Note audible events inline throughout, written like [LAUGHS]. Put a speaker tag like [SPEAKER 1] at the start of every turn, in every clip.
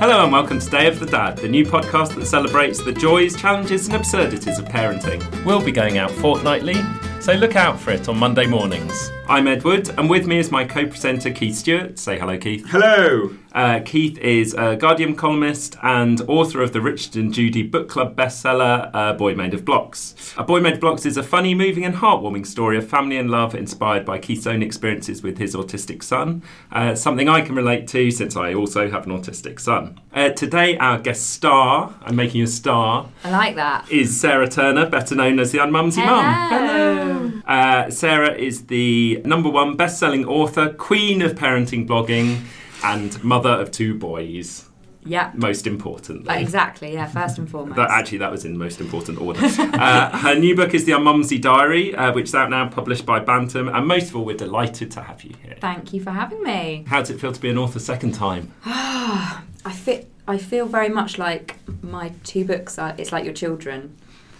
[SPEAKER 1] Hello and welcome to Day of the Dad, the new podcast that celebrates the joys, challenges, and absurdities of parenting.
[SPEAKER 2] We'll be going out fortnightly, so look out for it on Monday mornings.
[SPEAKER 1] I'm Edward, and with me is my co presenter Keith Stewart. Say hello, Keith.
[SPEAKER 3] Hello.
[SPEAKER 1] Uh, Keith is a Guardian columnist and author of the Richard and Judy book club bestseller, A Boy Made of Blocks. A Boy Made of Blocks is a funny, moving, and heartwarming story of family and love inspired by Keith's own experiences with his autistic son, uh, something I can relate to since I also have an autistic son. Uh, today, our guest star, I'm making you a star,
[SPEAKER 4] I like that.
[SPEAKER 1] is Sarah Turner, better known as the Unmumsy Mum. Uh, Sarah is the number one best selling author, queen of parenting blogging, and mother of two boys,
[SPEAKER 4] Yeah.
[SPEAKER 1] most importantly.
[SPEAKER 4] Uh, exactly. Yeah. First and foremost.
[SPEAKER 1] That, actually, that was in most important order. uh, her new book is The Unmumsy Diary, uh, which is out now, published by Bantam. And most of all, we're delighted to have you here.
[SPEAKER 4] Thank you for having me.
[SPEAKER 1] How does it feel to be an author second time?
[SPEAKER 4] I fit. I feel very much like my two books are. It's like your children.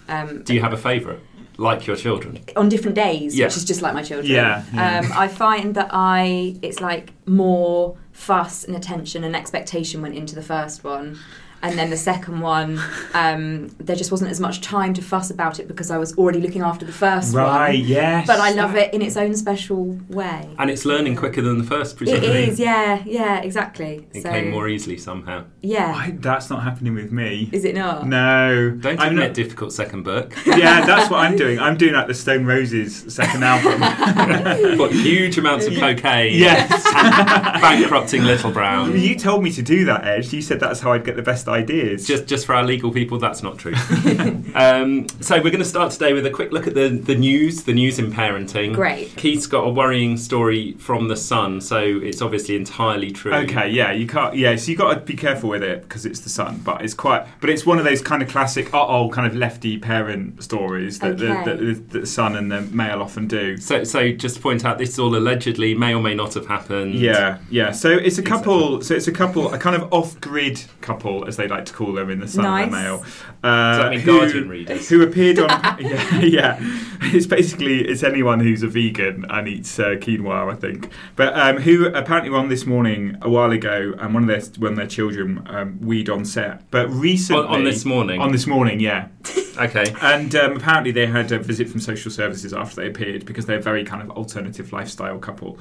[SPEAKER 4] Um,
[SPEAKER 1] Do you have a favourite? Like your children?
[SPEAKER 4] on different days,
[SPEAKER 1] Yeah.
[SPEAKER 4] which is just like my children.
[SPEAKER 3] Yeah,
[SPEAKER 4] Um, I find that I it's like more fuss and attention and expectation went into the first one. And then the second one, um, there just wasn't as much time to fuss about it because I was already looking after the first
[SPEAKER 3] Right,
[SPEAKER 4] one.
[SPEAKER 3] yes.
[SPEAKER 4] But I love it in its own special way.
[SPEAKER 1] And it's learning quicker than the first,
[SPEAKER 4] It
[SPEAKER 1] presumably.
[SPEAKER 4] is, yeah, yeah, exactly.
[SPEAKER 1] It
[SPEAKER 4] so,
[SPEAKER 1] came more easily somehow.
[SPEAKER 4] Yeah.
[SPEAKER 3] I, that's not happening with me.
[SPEAKER 4] Is it not?
[SPEAKER 3] No.
[SPEAKER 1] Don't
[SPEAKER 3] I'm
[SPEAKER 1] admit
[SPEAKER 3] not-
[SPEAKER 1] difficult second book.
[SPEAKER 3] [LAUGHS]
[SPEAKER 1] [LAUGHS]
[SPEAKER 3] yeah, that's what I'm doing. I'm doing like the Stone Roses second [LAUGHS] album.
[SPEAKER 1] Put huge amounts
[SPEAKER 4] [LAUGHS]
[SPEAKER 1] of cocaine.
[SPEAKER 3] yes.
[SPEAKER 1] bankrupting Little Brown.
[SPEAKER 3] You told me to do that, Edge. You said that's how I'd get the best ideas.
[SPEAKER 1] Just, just for our legal people, that's not
[SPEAKER 4] [LAUGHS]
[SPEAKER 1] true. [LAUGHS] um, so we're going to start today with a quick look at the, the news, the news in parenting.
[SPEAKER 4] Great.
[SPEAKER 1] Keith's got a worrying story from the Sun, so it's obviously entirely true.
[SPEAKER 3] Okay, yeah, you can't. Yeah, so you got to be careful with it because it's the sun, but it's quite. But it's one of those kind of classic, uh oh, kind of lefty parent stories that,
[SPEAKER 4] Okay.
[SPEAKER 3] the, that, that the son and the male often do.
[SPEAKER 1] So, so just to point out, this all allegedly may or may not have happened.
[SPEAKER 3] Yeah, yeah. So it's a couple. So it's a couple, a kind of off-grid couple, as they like to call them in the Sun and the
[SPEAKER 4] Nice.
[SPEAKER 3] Mail. Uh,
[SPEAKER 1] that mean Guardian readers?
[SPEAKER 3] Who
[SPEAKER 1] [LAUGHS]
[SPEAKER 3] appeared on? [LAUGHS] yeah, yeah. It's basically it's anyone who's a vegan and eats uh, quinoa, I think. But um, who apparently were on this morning a while ago, and one of their one of their children um, weed on set. But recently,
[SPEAKER 1] on this morning?
[SPEAKER 3] on this morning, yeah.
[SPEAKER 1] Okay.
[SPEAKER 3] And um, apparently, they had a visit from social services after they appeared because they're a very kind of alternative lifestyle couple.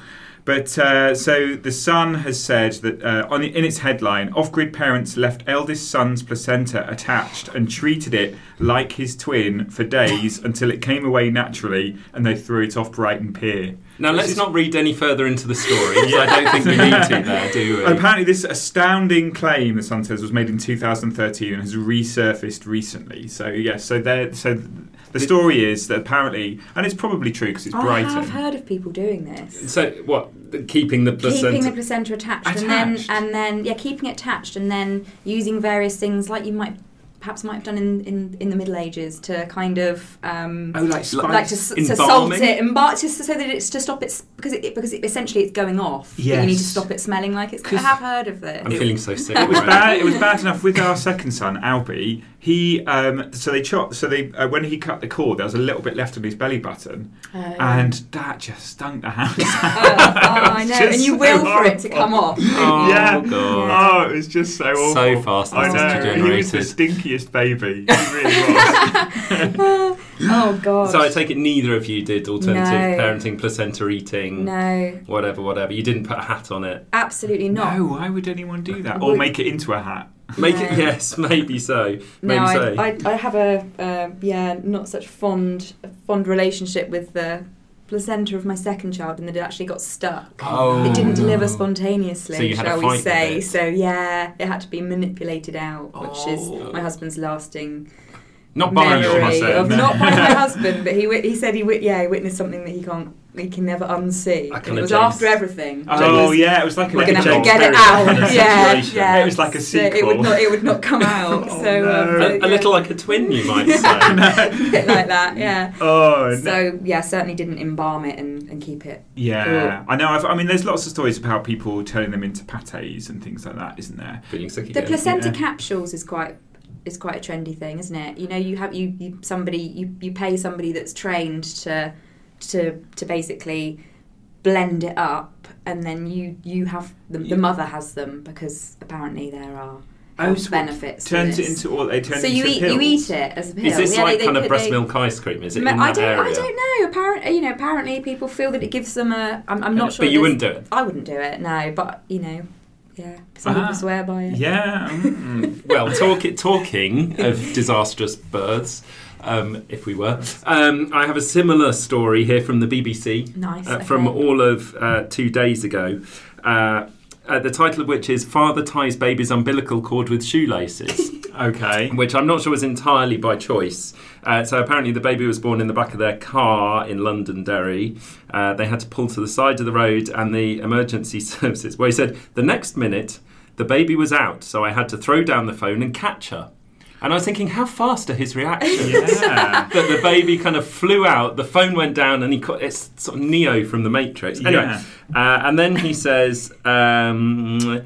[SPEAKER 3] But uh, so the Sun has said that uh, on in its headline, off-grid parents left eldest son's placenta attached and treated it like his twin for days until it came away naturally, and they threw it off Brighton Pier.
[SPEAKER 1] Now let's not read any further into the story.
[SPEAKER 3] [LAUGHS]
[SPEAKER 1] 'cause I don't think we need to there, do we?
[SPEAKER 3] Apparently, this astounding claim, the Sun says, was made in 2013 and has resurfaced recently. So yes, so there, so th- the story is that apparently, and it's probably true because it's
[SPEAKER 4] I
[SPEAKER 3] Brighton.
[SPEAKER 4] have heard of people doing this.
[SPEAKER 1] so what? Keeping the placenta.
[SPEAKER 4] Keeping the placenta attached, and then
[SPEAKER 3] Attached.
[SPEAKER 4] and then yeah, keeping it attached, and then using various things like you might perhaps might have done in in, in the Middle Ages to kind of. Um,
[SPEAKER 3] Oh, like spice.
[SPEAKER 4] like to, s- to salt
[SPEAKER 1] Embalming?
[SPEAKER 4] it and bar- just so that it's to stop it s- because it because it, essentially it's going off. but You need to
[SPEAKER 3] Yes.
[SPEAKER 4] stop it smelling like it's. I have heard of this.
[SPEAKER 1] I'm feeling so sick.
[SPEAKER 3] it was
[SPEAKER 1] already.
[SPEAKER 3] bad. It was bad enough with our second son, Albie. He um, so they chopped. So they uh, when he cut the cord, there was a little bit left on his belly button, [LAUGHS] and that just stunk the house.
[SPEAKER 4] Oh, I know, and
[SPEAKER 3] Ah, just
[SPEAKER 4] you will
[SPEAKER 3] [LAUGHS] so
[SPEAKER 4] for it to come off.
[SPEAKER 1] Oh,
[SPEAKER 3] yeah. Oh,
[SPEAKER 1] God.
[SPEAKER 3] it was just so awful.
[SPEAKER 1] So fast
[SPEAKER 3] I
[SPEAKER 1] and such a
[SPEAKER 3] know. He was the
[SPEAKER 1] generated.
[SPEAKER 3] stinkiest baby. He really was.
[SPEAKER 4] oh god.
[SPEAKER 1] So I take it neither of you did alternative
[SPEAKER 4] No.
[SPEAKER 1] parenting, placenta eating,
[SPEAKER 4] no,
[SPEAKER 1] whatever, whatever. You didn't put a hat on it.
[SPEAKER 4] absolutely not.
[SPEAKER 3] no, why would anyone do that? Or make it into a hat.
[SPEAKER 1] Make it yes, maybe so, maybe
[SPEAKER 4] No,
[SPEAKER 1] so.
[SPEAKER 4] I, I, I have a uh, yeah, not such fond fond relationship with the placenta of my second child, and that it actually got stuck.
[SPEAKER 1] oh,
[SPEAKER 4] It didn't
[SPEAKER 1] no.
[SPEAKER 4] deliver spontaneously,
[SPEAKER 1] So you had a
[SPEAKER 4] shall
[SPEAKER 1] fight
[SPEAKER 4] we
[SPEAKER 1] with
[SPEAKER 4] say?
[SPEAKER 1] it.
[SPEAKER 4] So yeah, it had to be manipulated out, which
[SPEAKER 1] Oh.
[SPEAKER 4] is my husband's lasting
[SPEAKER 1] Not by your
[SPEAKER 4] memory of
[SPEAKER 1] husband.
[SPEAKER 4] not by
[SPEAKER 1] [LAUGHS]
[SPEAKER 4] my husband, but he wit- he said he wit- yeah he witnessed something that he can't he can never unsee.
[SPEAKER 1] I
[SPEAKER 4] And
[SPEAKER 1] kinda
[SPEAKER 4] It was
[SPEAKER 1] James-
[SPEAKER 4] after everything. It
[SPEAKER 3] Oh
[SPEAKER 4] was-
[SPEAKER 3] yeah, it was like
[SPEAKER 4] We're
[SPEAKER 3] an
[SPEAKER 4] gonna have to
[SPEAKER 3] adult
[SPEAKER 4] get it
[SPEAKER 3] experience kind of
[SPEAKER 4] out. [LAUGHS] Yeah,
[SPEAKER 3] situation.
[SPEAKER 4] yeah.
[SPEAKER 3] It was like a
[SPEAKER 4] So
[SPEAKER 3] sequel.
[SPEAKER 4] it would
[SPEAKER 3] [LAUGHS]
[SPEAKER 4] not. It would not come
[SPEAKER 1] [LAUGHS]
[SPEAKER 4] out.
[SPEAKER 3] Oh,
[SPEAKER 4] so
[SPEAKER 3] no.
[SPEAKER 4] um,
[SPEAKER 1] A, a little like a twin, you
[SPEAKER 4] [LAUGHS]
[SPEAKER 1] might say.
[SPEAKER 4] a [LAUGHS] bit like
[SPEAKER 1] Mm.
[SPEAKER 4] that. Yeah.
[SPEAKER 3] [LAUGHS] Oh, no.
[SPEAKER 4] So yeah, certainly didn't embalm it and, and keep it.
[SPEAKER 3] Yeah, I know. I've, I mean, there's lots of stories about people turning them into pates and things like that, isn't there?
[SPEAKER 1] Feeling sick
[SPEAKER 4] The
[SPEAKER 1] again.
[SPEAKER 4] placenta capsules is quite is quite a trendy thing, isn't it? You know, you have you, you somebody you, you pay somebody that's trained to to to basically blend it up, and then you you have the, the mother has them because apparently there are health
[SPEAKER 3] so it
[SPEAKER 4] benefits. to
[SPEAKER 3] Turns it
[SPEAKER 4] this.
[SPEAKER 3] into, or they turn
[SPEAKER 4] so
[SPEAKER 3] it
[SPEAKER 4] you
[SPEAKER 3] into
[SPEAKER 4] eat
[SPEAKER 3] pills.
[SPEAKER 4] you eat it as a pill.
[SPEAKER 1] Is this
[SPEAKER 4] Yeah,
[SPEAKER 1] like
[SPEAKER 4] they-
[SPEAKER 1] kind of
[SPEAKER 4] they-
[SPEAKER 1] breast
[SPEAKER 4] they-
[SPEAKER 1] milk ice cream? Is it
[SPEAKER 4] Ma-
[SPEAKER 1] in
[SPEAKER 4] I
[SPEAKER 1] that
[SPEAKER 4] don't,
[SPEAKER 1] area?
[SPEAKER 4] I don't know. Apparently, you know, apparently people feel that it gives them a. I'm, I'm not
[SPEAKER 1] But
[SPEAKER 4] sure.
[SPEAKER 1] you
[SPEAKER 4] this-
[SPEAKER 1] wouldn't do it?
[SPEAKER 4] I wouldn't do it. No, but you know, yeah. Some
[SPEAKER 3] Ah.
[SPEAKER 4] people swear by it.
[SPEAKER 3] Yeah. mm,
[SPEAKER 1] Well, talk, talking of disastrous births, um, if we were, um, I have a similar story here from the BBC.
[SPEAKER 4] Nice,
[SPEAKER 1] uh, From
[SPEAKER 4] okay.
[SPEAKER 1] all of uh, two days ago. Uh, uh, the title of which is Father Ties Baby's Umbilical Cord with Shoelaces.
[SPEAKER 3] mm.
[SPEAKER 1] [LAUGHS]
[SPEAKER 3] okay.
[SPEAKER 1] which I'm not sure was entirely by choice. Uh, so apparently, the baby was born in the back of their car in Londonderry. Uh, they had to pull to the side of the road, and the emergency [LAUGHS] services. Well, he said the next minute the baby was out, so I had to throw down the phone and catch her. And I was thinking, how fast are his reactions?
[SPEAKER 3] [LAUGHS] Yeah.
[SPEAKER 1] that the baby kind of flew out, the phone went down, and he caught it's sort of Neo from the Matrix. Anyway,
[SPEAKER 3] Yeah.
[SPEAKER 1] uh, and then he says, um,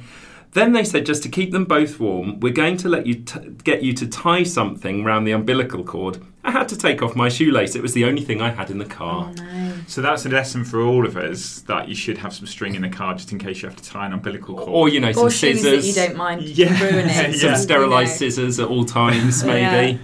[SPEAKER 1] then they said just to keep them both warm, we're going to let you t- get you to tie something round the umbilical cord. I had to take off my shoelace; it was the only thing I had in the car.
[SPEAKER 4] Mm.
[SPEAKER 3] So that's a lesson for all of us that you should have some string in the car just in case you have to tie an umbilical cord.
[SPEAKER 1] Or you know, some
[SPEAKER 4] Or shoes
[SPEAKER 1] scissors,
[SPEAKER 4] that you don't mind
[SPEAKER 3] Yeah. [LAUGHS]
[SPEAKER 4] ruining.
[SPEAKER 3] Some
[SPEAKER 1] some
[SPEAKER 3] Yeah.
[SPEAKER 1] sterilised scissors at all times, maybe.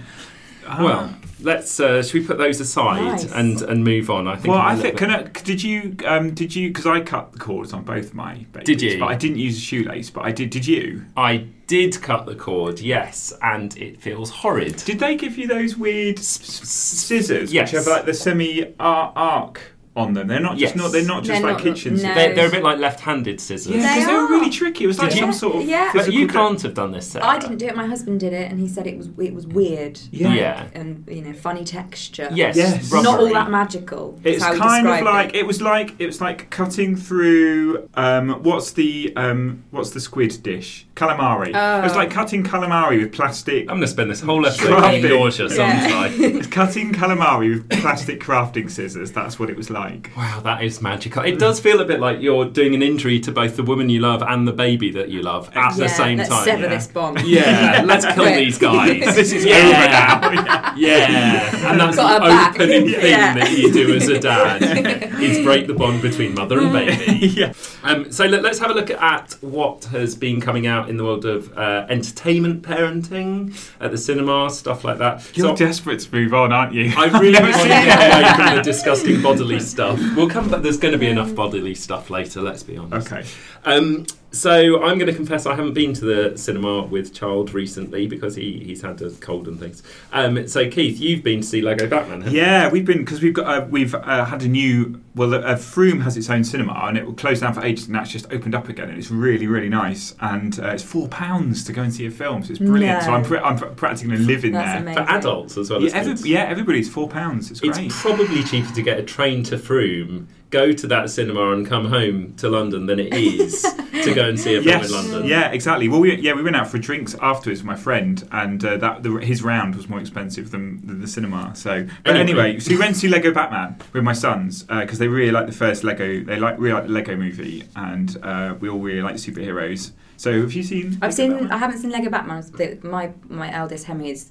[SPEAKER 3] Ah.
[SPEAKER 1] Well, let's uh, should we put those aside
[SPEAKER 4] Nice.
[SPEAKER 1] and and move on? I think.
[SPEAKER 3] Well,
[SPEAKER 1] I'm a
[SPEAKER 3] I
[SPEAKER 1] little
[SPEAKER 3] think
[SPEAKER 1] bit-
[SPEAKER 3] can I, did you um, did you because I cut the cords on both my babies.
[SPEAKER 1] Did you?
[SPEAKER 3] But I didn't use a shoelace. But I did. Did you?
[SPEAKER 1] I did cut the cord, yes, and it feels horrid.
[SPEAKER 3] Did they give you those weird s- s- scissors
[SPEAKER 1] Yes.
[SPEAKER 3] which have like the semi ar- arc on them? They're not just
[SPEAKER 1] Yes.
[SPEAKER 3] not. They're not just
[SPEAKER 4] They're not-
[SPEAKER 3] like kitchen
[SPEAKER 4] no.
[SPEAKER 3] scissors.
[SPEAKER 1] they're, they're a bit like left-handed scissors.
[SPEAKER 3] Yeah,
[SPEAKER 4] They
[SPEAKER 3] because they, were
[SPEAKER 4] are.
[SPEAKER 3] really tricky. It was like
[SPEAKER 1] Did
[SPEAKER 3] some
[SPEAKER 1] you-
[SPEAKER 3] sort of
[SPEAKER 4] Yeah.
[SPEAKER 1] But you
[SPEAKER 3] physical-
[SPEAKER 1] can't have done this. Sarah.
[SPEAKER 4] I didn't do it. My husband did it, and he said it was it was weird.
[SPEAKER 3] Yeah.
[SPEAKER 1] Yeah.
[SPEAKER 4] And you know, funny texture.
[SPEAKER 1] Yes.
[SPEAKER 3] Yes.
[SPEAKER 1] rubbery.
[SPEAKER 4] Not all that magical. is
[SPEAKER 3] It's
[SPEAKER 4] how he
[SPEAKER 3] kind of
[SPEAKER 4] described
[SPEAKER 3] like
[SPEAKER 4] it.
[SPEAKER 3] it was like it was like cutting through um, what's the um, what's the squid dish calamari. It
[SPEAKER 4] Oh.
[SPEAKER 3] was like cutting calamari with plastic.
[SPEAKER 1] I'm going to spend this whole episode
[SPEAKER 3] Crafty.
[SPEAKER 1] being nauseous,
[SPEAKER 4] Yeah.
[SPEAKER 1] aren't
[SPEAKER 4] [LAUGHS]
[SPEAKER 1] I?
[SPEAKER 3] It's [LAUGHS] cutting calamari with plastic crafting scissors. That's what it was like.
[SPEAKER 1] Wow, that is magical. It does feel a bit like you're doing an injury to both the woman you love and the baby that you love at
[SPEAKER 4] yeah,
[SPEAKER 1] the same
[SPEAKER 4] let's
[SPEAKER 1] time.
[SPEAKER 4] Sever
[SPEAKER 1] yeah.
[SPEAKER 4] this bond.
[SPEAKER 3] [LAUGHS]
[SPEAKER 1] Yeah, let's kill
[SPEAKER 4] Quick.
[SPEAKER 1] these guys.
[SPEAKER 3] This is
[SPEAKER 1] yeah.
[SPEAKER 3] over now. [LAUGHS] Yeah.
[SPEAKER 1] Yeah, and that's
[SPEAKER 4] Got
[SPEAKER 1] the
[SPEAKER 4] her back.
[SPEAKER 1] opening
[SPEAKER 4] Yeah.
[SPEAKER 1] thing
[SPEAKER 4] Yeah.
[SPEAKER 1] that you do as a dad
[SPEAKER 4] [LAUGHS]
[SPEAKER 1] is break the bond between mother and baby.
[SPEAKER 3] [LAUGHS] yeah.
[SPEAKER 1] Um, so let, us have a look at what has been coming out in the world of uh, entertainment parenting at the cinema, stuff like that. So
[SPEAKER 3] You're desperate to move on, aren't you?
[SPEAKER 1] I really
[SPEAKER 3] I've never
[SPEAKER 1] want to
[SPEAKER 3] seen
[SPEAKER 1] get
[SPEAKER 3] it.
[SPEAKER 1] away from the disgusting bodily stuff. We'll come back. There's going to be enough bodily stuff later. Let's be honest.
[SPEAKER 3] [LAUGHS] Okay.
[SPEAKER 1] Um, so I'm going to confess I haven't been to the cinema with child recently because he, he's had a cold and things. Um, so Keith, you've been to see Lego Batman. haven't you?
[SPEAKER 3] Yeah, we've been because we've got uh, we've uh, had a new well, uh, Froome has its own cinema and it will close down for ages and that's just opened up again and it's really really nice and uh, it's four pounds to go and see a film so it's brilliant.
[SPEAKER 4] No.
[SPEAKER 3] So I'm pr- I'm pr- practically going to live in
[SPEAKER 4] That's
[SPEAKER 3] there.
[SPEAKER 4] amazing.
[SPEAKER 1] For adults as well
[SPEAKER 3] Yeah,
[SPEAKER 1] as kids.
[SPEAKER 3] every, yeah, everybody's four pounds. It's great.
[SPEAKER 1] It's probably cheaper to get a train to Froome, go to that cinema, and come home to London than it is to go and see a film
[SPEAKER 3] Yes.
[SPEAKER 1] in London.
[SPEAKER 3] Yeah, exactly. Well, we, yeah, we went out for drinks afterwards with my friend, and uh, that the, his round was more expensive than, than the cinema. So, but
[SPEAKER 1] Anyway.
[SPEAKER 3] anyway, so we went to see Lego Batman with my sons because they really like the first Lego. They like really like the Lego movie, and uh, we all really like superheroes. So, have you seen? Lego
[SPEAKER 4] I've seen.
[SPEAKER 3] Batman?
[SPEAKER 4] I haven't seen Lego Batman. The- My my eldest Hemi is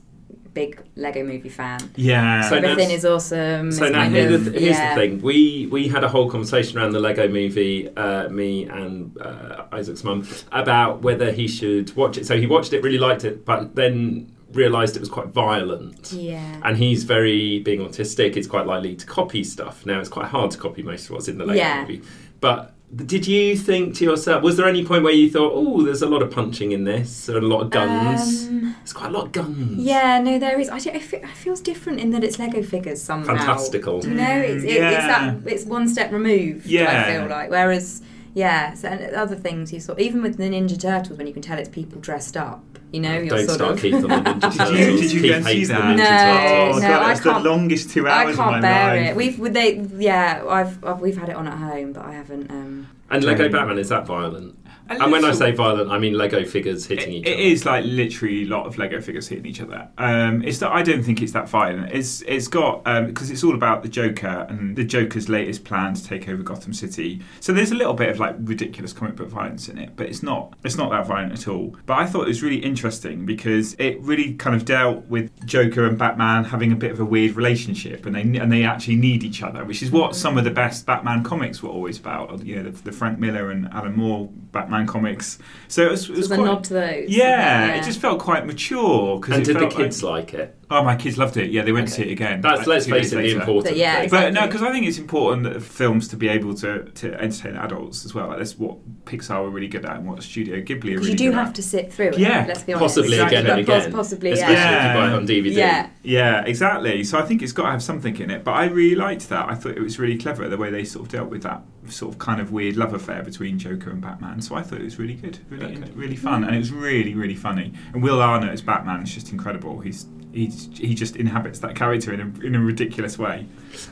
[SPEAKER 4] big Lego Movie fan.
[SPEAKER 3] Yeah.
[SPEAKER 1] So-
[SPEAKER 4] Everything
[SPEAKER 1] that's-
[SPEAKER 4] is awesome.
[SPEAKER 1] So
[SPEAKER 4] is
[SPEAKER 1] now
[SPEAKER 4] my
[SPEAKER 1] here's, the,
[SPEAKER 4] love.
[SPEAKER 1] th- here's
[SPEAKER 4] Yeah.
[SPEAKER 1] the thing. We we had a whole conversation around the Lego Movie, uh, me and uh, Isaac's mum, about whether he should watch it. So he watched it, really liked it, but then realised it was quite violent.
[SPEAKER 4] Yeah.
[SPEAKER 1] And he's very being autistic. It's quite likely to copy stuff. Now it's quite hard to copy most of what's in the Lego
[SPEAKER 4] Yeah.
[SPEAKER 1] Movie. But did you think to yourself? Was there any point where you thought, "Oh, there's a lot of punching in this, or a lot of guns"?
[SPEAKER 4] Um,
[SPEAKER 1] There's quite a lot of guns.
[SPEAKER 4] Yeah, no, there is. I, do, I, feel, I feels different in that it's Lego figures somehow.
[SPEAKER 1] Fantastical.
[SPEAKER 4] Do you know? It's, it,
[SPEAKER 3] Yeah.
[SPEAKER 4] it's that it's one step removed.
[SPEAKER 3] Yeah.
[SPEAKER 4] I feel like. Whereas, yeah, so, and other things you saw, even with the Ninja Turtles, when you can tell it's people dressed up. You know,
[SPEAKER 1] Don't
[SPEAKER 4] you're sort
[SPEAKER 1] start
[SPEAKER 4] of.
[SPEAKER 1] Keith
[SPEAKER 4] [LAUGHS]
[SPEAKER 1] on the Ninja Turtles.
[SPEAKER 3] Did you, did you
[SPEAKER 1] Keith
[SPEAKER 3] go and see
[SPEAKER 1] hates the
[SPEAKER 3] that?
[SPEAKER 1] Ninja
[SPEAKER 4] No,
[SPEAKER 1] Turtles.
[SPEAKER 3] oh,
[SPEAKER 4] no,
[SPEAKER 3] God,
[SPEAKER 4] I
[SPEAKER 3] that's the
[SPEAKER 4] can't-
[SPEAKER 3] longest two
[SPEAKER 4] I
[SPEAKER 3] hours of my
[SPEAKER 4] can't bear
[SPEAKER 3] life.
[SPEAKER 4] it. We've with they yeah. I've, I've we've had it on at home, but I haven't. Um,
[SPEAKER 1] And Lego
[SPEAKER 3] Right.
[SPEAKER 1] Batman is that violent?
[SPEAKER 3] A
[SPEAKER 1] And when I
[SPEAKER 3] little-
[SPEAKER 1] say violent, I mean Lego figures
[SPEAKER 3] It
[SPEAKER 1] hitting each
[SPEAKER 3] it
[SPEAKER 1] other.
[SPEAKER 3] is like literally a lot of Lego figures hitting each other. Um, it's that I don't think it's that violent. It's it's got because it's all about the Joker and the Joker's latest plan to take over Gotham City. So there's a little bit of like ridiculous comic book violence in it, but it's not it's not that violent at all. But I thought it was really interesting because it really kind of dealt with Joker and Batman having a bit of a weird relationship, and they and they actually need each other, which is what some of the best Batman comics were always about. You know, the, the Frank Miller and Alan Moore Batman comics. So it was,
[SPEAKER 4] it
[SPEAKER 3] it
[SPEAKER 4] was
[SPEAKER 3] was
[SPEAKER 4] a
[SPEAKER 3] quite,
[SPEAKER 4] nod to those.
[SPEAKER 3] yeah, it just felt quite mature. Cause
[SPEAKER 1] And
[SPEAKER 3] it
[SPEAKER 1] did the
[SPEAKER 3] felt
[SPEAKER 1] kids like, it?
[SPEAKER 3] oh, my kids loved it. Yeah, they went to see it again.
[SPEAKER 1] That's
[SPEAKER 3] like,
[SPEAKER 1] let's
[SPEAKER 3] two
[SPEAKER 1] face
[SPEAKER 3] days
[SPEAKER 1] it, the
[SPEAKER 3] later.
[SPEAKER 1] important
[SPEAKER 4] But yeah,
[SPEAKER 1] thing.
[SPEAKER 4] exactly.
[SPEAKER 3] But no, because I think it's important that films to be able to, to entertain adults as well. Like that's what Pixar were really good at, and what Studio Ghibli are really
[SPEAKER 4] because you do
[SPEAKER 3] good
[SPEAKER 4] have
[SPEAKER 3] at.
[SPEAKER 4] to sit through it.
[SPEAKER 3] Yeah,
[SPEAKER 4] let's be honest.
[SPEAKER 1] possibly
[SPEAKER 3] Exactly.
[SPEAKER 1] again and
[SPEAKER 4] But pos-
[SPEAKER 1] again.
[SPEAKER 4] Possibly,
[SPEAKER 1] especially
[SPEAKER 4] yeah.
[SPEAKER 1] if you buy it on DVD.
[SPEAKER 4] Yeah.
[SPEAKER 3] Yeah, exactly. So I think it's got to have something in it. But I really liked that. I thought it was really clever the way they sort of dealt with that sort of kind of weird love affair between Joker and Batman. So I thought it was really good, really, really fun, and it was really, really funny. And Will Arnett as Batman is just incredible. He's he's he just inhabits that character in a, in a ridiculous way.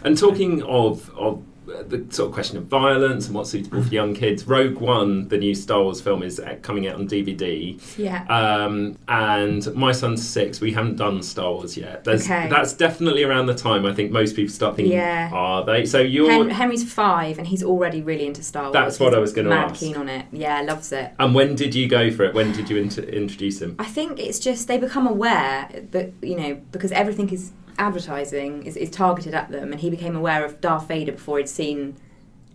[SPEAKER 1] And talking of of uh, the sort of question of violence and what's suitable for young kids, Rogue One, the new Star Wars film, is uh, coming out on DVD.
[SPEAKER 4] Yeah.
[SPEAKER 1] Um, and my son's six. We haven't done Star Wars yet. There's,
[SPEAKER 4] Okay.
[SPEAKER 1] That's definitely around the time I think most people start thinking,
[SPEAKER 4] Yeah.
[SPEAKER 1] are they? So you're.
[SPEAKER 4] Hen- Henry's five, and he's already really into Star Wars.
[SPEAKER 1] That's what
[SPEAKER 4] He's
[SPEAKER 1] I was gonna
[SPEAKER 4] mad
[SPEAKER 1] ask.
[SPEAKER 4] Keen on it, yeah, loves it.
[SPEAKER 1] and when did you go for it? When did you int- introduce him?
[SPEAKER 4] I think it's just they become aware that you know because everything is advertising is, is targeted at them, and he became aware of Darth Vader before he'd seen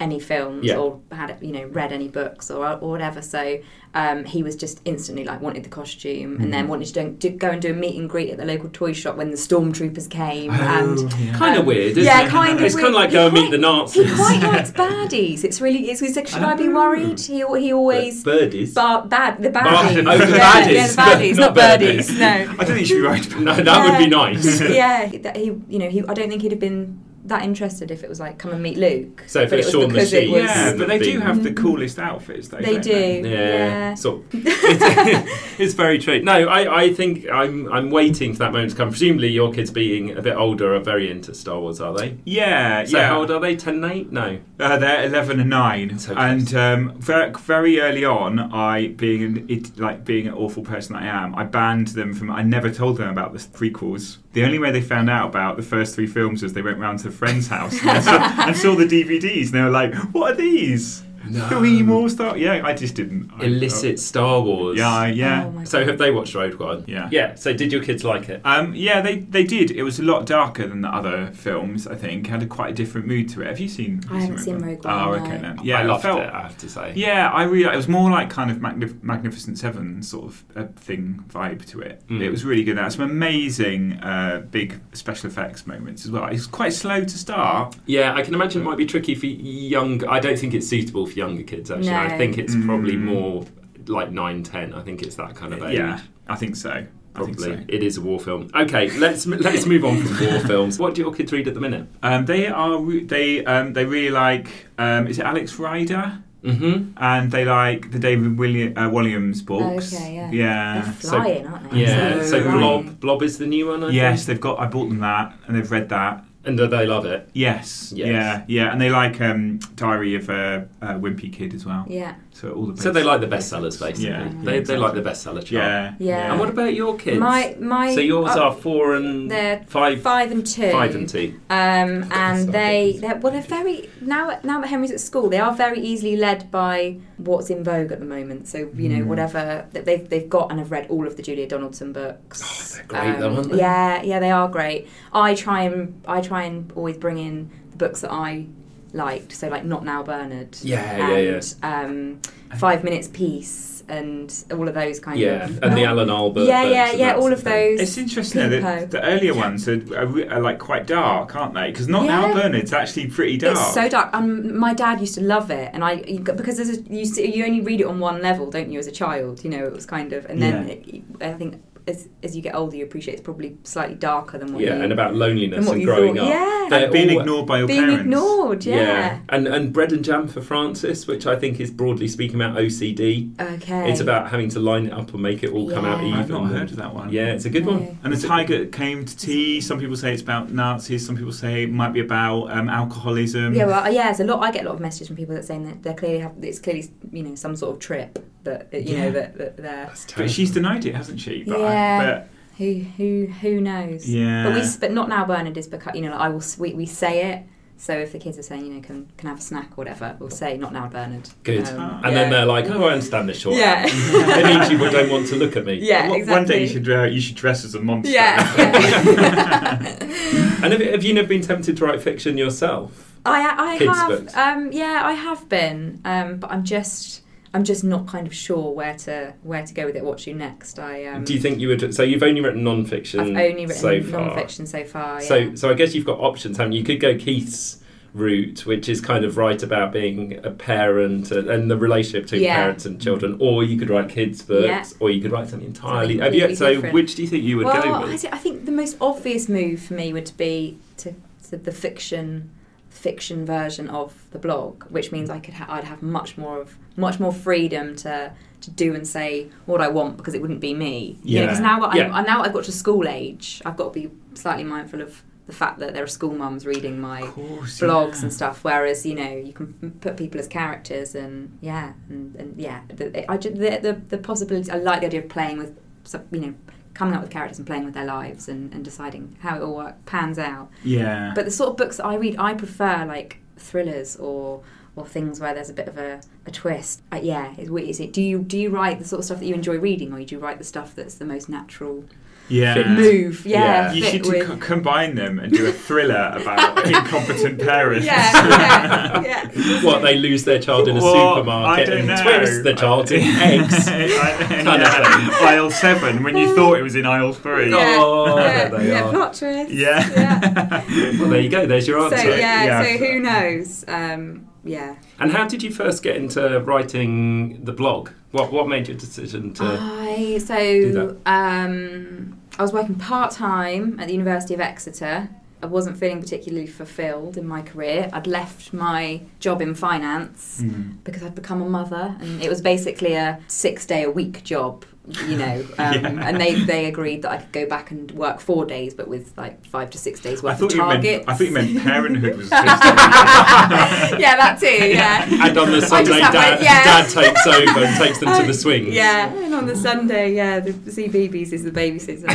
[SPEAKER 4] any films
[SPEAKER 1] Yeah.
[SPEAKER 4] or had you know read any books or, or whatever. So um, he was just instantly like wanted the costume, and then wanted to do, do, go and do a meet and greet at the local toy shop when the stormtroopers came, and
[SPEAKER 1] Kind of weird, isn't
[SPEAKER 4] yeah,
[SPEAKER 1] it?
[SPEAKER 4] kind of.
[SPEAKER 1] It's kind of like go and meet the Nazis.
[SPEAKER 4] He
[SPEAKER 1] [LAUGHS]
[SPEAKER 4] quite likes baddies. It's really. It's, it's like, should I be worried? He al- he always
[SPEAKER 1] Birdies.
[SPEAKER 4] bar, bad the
[SPEAKER 1] Bar-
[SPEAKER 4] baddies.
[SPEAKER 1] oh, the
[SPEAKER 4] yeah, yeah,
[SPEAKER 1] baddies.
[SPEAKER 4] the baddies,
[SPEAKER 1] Not
[SPEAKER 4] not,
[SPEAKER 1] birdies. [LAUGHS]
[SPEAKER 4] birdies. No.
[SPEAKER 3] I don't think you should be right. [LAUGHS]
[SPEAKER 1] [LAUGHS]
[SPEAKER 3] About
[SPEAKER 1] no, that
[SPEAKER 4] Yeah.
[SPEAKER 1] would be nice.
[SPEAKER 4] [LAUGHS] yeah, that he you know he I don't think he'd have been that interested if it was like come and meet Luke.
[SPEAKER 1] So if
[SPEAKER 4] but
[SPEAKER 1] it's
[SPEAKER 4] it was
[SPEAKER 1] Shaun the
[SPEAKER 4] because it
[SPEAKER 1] Sheep,
[SPEAKER 4] was.
[SPEAKER 3] Yeah, but they do
[SPEAKER 1] Being-
[SPEAKER 3] have the coolest outfits. Though,
[SPEAKER 4] They
[SPEAKER 3] don't
[SPEAKER 1] [LAUGHS] Yeah.
[SPEAKER 4] do. Yeah. [LAUGHS]
[SPEAKER 1] So it's, [LAUGHS] it's very true. No, I, I think I'm I'm waiting for that moment to come. Presumably your kids being a bit older are very into Star Wars, are they?
[SPEAKER 3] Yeah,
[SPEAKER 1] So
[SPEAKER 3] yeah.
[SPEAKER 1] how old are they? Ten and eight? No.
[SPEAKER 3] Uh, they're eleven and nine,
[SPEAKER 1] So close.
[SPEAKER 3] and um, very, very early on, I being an, it, like being an awful person I am, I banned them from. I never told them about the prequels. The only way they found out about the first three films was they went round to a friend's house and, saw, and saw the DVDs, and they were like, "What are these? Three more Star?" Yeah, I just didn't. I-
[SPEAKER 1] Illicit Star Wars.
[SPEAKER 3] uh, yeah, I- yeah.
[SPEAKER 4] Oh my
[SPEAKER 1] So have they watched Road One?
[SPEAKER 3] Yeah.
[SPEAKER 1] Yeah. So did your kids like it?
[SPEAKER 3] Um, yeah, they, they did. It was a lot darker than the other films. I think had a quite a different mood to it. Have you seen? have you
[SPEAKER 4] haven't seen Rogue One,
[SPEAKER 3] Oh,
[SPEAKER 4] no.
[SPEAKER 3] okay then. Yeah,
[SPEAKER 1] I loved
[SPEAKER 3] felt-
[SPEAKER 1] it. I have to say.
[SPEAKER 3] Yeah, I really. It was more like kind of Magnif- Magnificent Seven sort of uh, thing vibe to it.
[SPEAKER 1] Mm.
[SPEAKER 3] It was really good. It had some amazing uh, big special effects moments as well. It's quite slow to start.
[SPEAKER 1] Yeah, I can imagine it might be tricky for young. I don't think it's suitable for younger kids. Actually, I
[SPEAKER 4] No.
[SPEAKER 1] think it's probably more like nine, ten. I think it's that kind of age.
[SPEAKER 3] Yeah, I think so.
[SPEAKER 1] Probably,
[SPEAKER 3] I think so.
[SPEAKER 1] it is a war film. Okay, let's let's move on from [LAUGHS] war films. What do your kids read at the minute?
[SPEAKER 3] Um, they are. Re- they um, they really like. Um, is it Alex Rider?
[SPEAKER 1] Mm-hmm.
[SPEAKER 3] And they like the David William, uh, Williams books.
[SPEAKER 4] Okay, yeah.
[SPEAKER 3] Yeah.
[SPEAKER 4] They're
[SPEAKER 1] so-
[SPEAKER 4] flying, aren't they?
[SPEAKER 1] Yeah.
[SPEAKER 4] Absolutely
[SPEAKER 1] So
[SPEAKER 4] flying.
[SPEAKER 1] Blob, Blob is the new one. I
[SPEAKER 3] Yes,
[SPEAKER 1] think?
[SPEAKER 3] they've got. I bought them that, and they've read that.
[SPEAKER 1] and do they love it?
[SPEAKER 3] Yes.
[SPEAKER 1] Yes.
[SPEAKER 3] Yeah. Yeah. And they like um, Diary of a, a Wimpy Kid as well.
[SPEAKER 4] Yeah.
[SPEAKER 3] So all the
[SPEAKER 1] So they like the bestsellers, basically.
[SPEAKER 3] Yeah, yeah,
[SPEAKER 1] they, they
[SPEAKER 3] exactly.
[SPEAKER 1] like the bestseller chart.
[SPEAKER 3] yeah,
[SPEAKER 4] Yeah.
[SPEAKER 1] And what about your kids?
[SPEAKER 4] My- my-
[SPEAKER 1] so yours
[SPEAKER 4] uh,
[SPEAKER 1] are four and
[SPEAKER 4] They're
[SPEAKER 1] five,
[SPEAKER 4] five and two.
[SPEAKER 1] five and two.
[SPEAKER 4] Um,
[SPEAKER 1] Sorry.
[SPEAKER 4] and they, they're, well, they're very now. Now that Henry's at school, they are very easily led by what's in vogue at the moment. So you
[SPEAKER 1] Hmm.
[SPEAKER 4] know, whatever that they've they've got, and have read all of the Julia Donaldson books.
[SPEAKER 1] Oh, they're great though, aren't they?
[SPEAKER 4] Yeah, yeah, they are great. I try and I try and always bring in the books that I liked. So like Not Now Bernard.
[SPEAKER 1] Yeah, yeah,
[SPEAKER 4] and, yeah. Um, Five Minutes Peace and all of those kind
[SPEAKER 1] Yeah,
[SPEAKER 4] of.
[SPEAKER 1] and the Alan Albert.
[SPEAKER 4] yeah,
[SPEAKER 1] books
[SPEAKER 4] yeah,
[SPEAKER 1] and
[SPEAKER 4] yeah,
[SPEAKER 1] that
[SPEAKER 4] all
[SPEAKER 1] sort
[SPEAKER 4] of those.
[SPEAKER 3] It's interesting though, that
[SPEAKER 4] Peepo.
[SPEAKER 3] the earlier ones are, are, re- are like quite dark, aren't they? Because not now
[SPEAKER 4] Yeah.
[SPEAKER 3] Bernard's actually pretty dark.
[SPEAKER 4] It's so dark. Um, my dad used to love it, and I you got- because there's a, you see, you only read it on one level, don't you? As a child, you know it was kind of, and then
[SPEAKER 3] Yeah.
[SPEAKER 4] it, I think as as you get older, you appreciate it's probably slightly darker than what.
[SPEAKER 1] Yeah,
[SPEAKER 4] you,
[SPEAKER 1] and about loneliness
[SPEAKER 4] And what
[SPEAKER 1] and
[SPEAKER 4] you
[SPEAKER 1] growing
[SPEAKER 4] thought,
[SPEAKER 1] up.
[SPEAKER 4] yeah.
[SPEAKER 1] They're
[SPEAKER 3] And being
[SPEAKER 1] all-
[SPEAKER 3] ignored by your
[SPEAKER 4] being
[SPEAKER 3] parents.
[SPEAKER 4] ignored. Yeah.
[SPEAKER 1] and and bread and jam for Francis, which I think is broadly speaking about OCD.
[SPEAKER 4] Okay.
[SPEAKER 1] It's about having to line it up and make it all come out even.
[SPEAKER 4] Yeah.
[SPEAKER 3] I've not
[SPEAKER 1] and-
[SPEAKER 3] heard of that one.
[SPEAKER 1] Yeah, it's a good one.
[SPEAKER 4] No.
[SPEAKER 3] And the tiger came to tea. Some people say it's about Nazis. Some people say it might be about um, alcoholism.
[SPEAKER 4] Yeah, well, yeah. It's a lot. I get a lot of messages from people that saying that they're clearly have it's clearly you know some sort of trip that you
[SPEAKER 3] Yeah.
[SPEAKER 4] know that, that they're
[SPEAKER 3] but she's denied it, hasn't she? But I,
[SPEAKER 4] Yeah.
[SPEAKER 3] but
[SPEAKER 4] who who who knows.
[SPEAKER 3] Yeah.
[SPEAKER 4] But we s- but not now. Bernard is because you know like, I will s- we, we say it. So if the kids are saying you know can can have a snack or whatever, we'll say not now, Bernard.
[SPEAKER 1] Good.
[SPEAKER 4] Um,
[SPEAKER 1] and then
[SPEAKER 4] yeah.
[SPEAKER 1] they're like, oh, I understand this short.
[SPEAKER 4] Yeah.
[SPEAKER 1] [LAUGHS] it means you don't want to look at me.
[SPEAKER 4] [LAUGHS] Yeah,
[SPEAKER 3] One-
[SPEAKER 4] exactly.
[SPEAKER 3] One day you should uh, you should dress as a monster.
[SPEAKER 4] Yeah.
[SPEAKER 1] [LAUGHS]
[SPEAKER 4] yeah. [LAUGHS]
[SPEAKER 1] And have, have you never been tempted to write fiction yourself?
[SPEAKER 4] I I
[SPEAKER 1] Kids' books.
[SPEAKER 4] have um yeah I have been um but I'm just I'm just not kind of sure where to where to go with it. What to next? I um
[SPEAKER 1] Do you think you would? So you've only written non-fiction.
[SPEAKER 4] I've only written
[SPEAKER 1] so far.
[SPEAKER 4] non-fiction so far. Yeah.
[SPEAKER 1] So, so I guess you've got options, haven't you? You could go Keith's route, which is kind of right about being a parent uh, and, and the relationship between
[SPEAKER 4] Yeah.
[SPEAKER 1] parents and children, or you could write kids' books,
[SPEAKER 4] Yeah.
[SPEAKER 1] or you could write something entirely.
[SPEAKER 4] Something
[SPEAKER 1] have you,
[SPEAKER 4] completely
[SPEAKER 1] so,
[SPEAKER 4] different.
[SPEAKER 1] which do you think you would
[SPEAKER 4] well,
[SPEAKER 1] go
[SPEAKER 4] I,
[SPEAKER 1] with?
[SPEAKER 4] thi- I think the most obvious move for me would be to, to the fiction fiction version of the blog, which means I could ha- I'd have much more of much more freedom to to do and say what I want because it wouldn't be me.
[SPEAKER 3] Yeah.
[SPEAKER 4] Because now that I'm,
[SPEAKER 1] Yeah.
[SPEAKER 4] I'm- now I've got to school age, I've got to be slightly mindful of the fact that there are school mums reading my
[SPEAKER 3] course,
[SPEAKER 4] blogs
[SPEAKER 3] yeah.
[SPEAKER 4] and stuff. Whereas you know you can m- put people as characters and yeah and, and yeah the, I ju- the, the the possibility I like the idea of playing with some- you know coming up with characters and playing with their lives and, and deciding how it all work, pans out.
[SPEAKER 3] Yeah.
[SPEAKER 4] But the sort of books that I read, I prefer like thrillers or or things where there's a bit of a, a twist. Uh, yeah, is, is it? Do you do you write the sort of stuff that you enjoy reading, or do you write the stuff that's the most natural
[SPEAKER 3] yeah.
[SPEAKER 4] move? Yeah,
[SPEAKER 1] Yeah.
[SPEAKER 3] You
[SPEAKER 4] fit
[SPEAKER 3] should
[SPEAKER 4] with-
[SPEAKER 3] co- combine them and do a thriller
[SPEAKER 4] [LAUGHS]
[SPEAKER 3] about incompetent parents. [LAUGHS]
[SPEAKER 4] yeah, yeah, yeah.
[SPEAKER 1] what they lose their child in a
[SPEAKER 3] Or,
[SPEAKER 1] supermarket
[SPEAKER 3] I don't
[SPEAKER 1] and
[SPEAKER 3] know.
[SPEAKER 1] twist the child
[SPEAKER 3] [LAUGHS]
[SPEAKER 1] in eggs.
[SPEAKER 3] I-
[SPEAKER 1] Kind of
[SPEAKER 3] yeah, uh, aisle seven when you thought it was in aisle three.
[SPEAKER 1] Yeah. Oh,
[SPEAKER 4] yeah,
[SPEAKER 1] there they
[SPEAKER 4] yeah,
[SPEAKER 1] are.
[SPEAKER 4] plot twist.
[SPEAKER 3] Yeah.
[SPEAKER 1] Well, there you go. There's your
[SPEAKER 4] So
[SPEAKER 1] answer.
[SPEAKER 4] yeah,
[SPEAKER 3] Yeah.
[SPEAKER 4] so who knows? Um, yeah.
[SPEAKER 1] And how did you first get into writing the blog? What what made your decision to?
[SPEAKER 4] I
[SPEAKER 1] do
[SPEAKER 4] so um, I was working part time at the University of Exeter. I wasn't feeling particularly fulfilled in my career. I'd left my job in finance
[SPEAKER 3] Hmm.
[SPEAKER 4] because I'd become a mother, and it was basically a six day a week job, you
[SPEAKER 3] [LAUGHS]
[SPEAKER 4] know. Um, And they, they agreed that I could go back and work four days, but with like five to six days
[SPEAKER 3] [LAUGHS] I
[SPEAKER 4] worth
[SPEAKER 3] thought
[SPEAKER 4] of
[SPEAKER 3] you meant.
[SPEAKER 4] targets.
[SPEAKER 3] I thought you meant parenthood
[SPEAKER 4] [LAUGHS]
[SPEAKER 3] was. Just,
[SPEAKER 1] [LAUGHS]
[SPEAKER 4] yeah, that too. Yeah.
[SPEAKER 1] and on the Sunday,
[SPEAKER 4] have my-
[SPEAKER 1] dad,
[SPEAKER 4] yeah.
[SPEAKER 1] dad takes over and takes them to the swings.
[SPEAKER 4] Yeah, and on the Sunday, yeah, the CBeebies is the babysitter.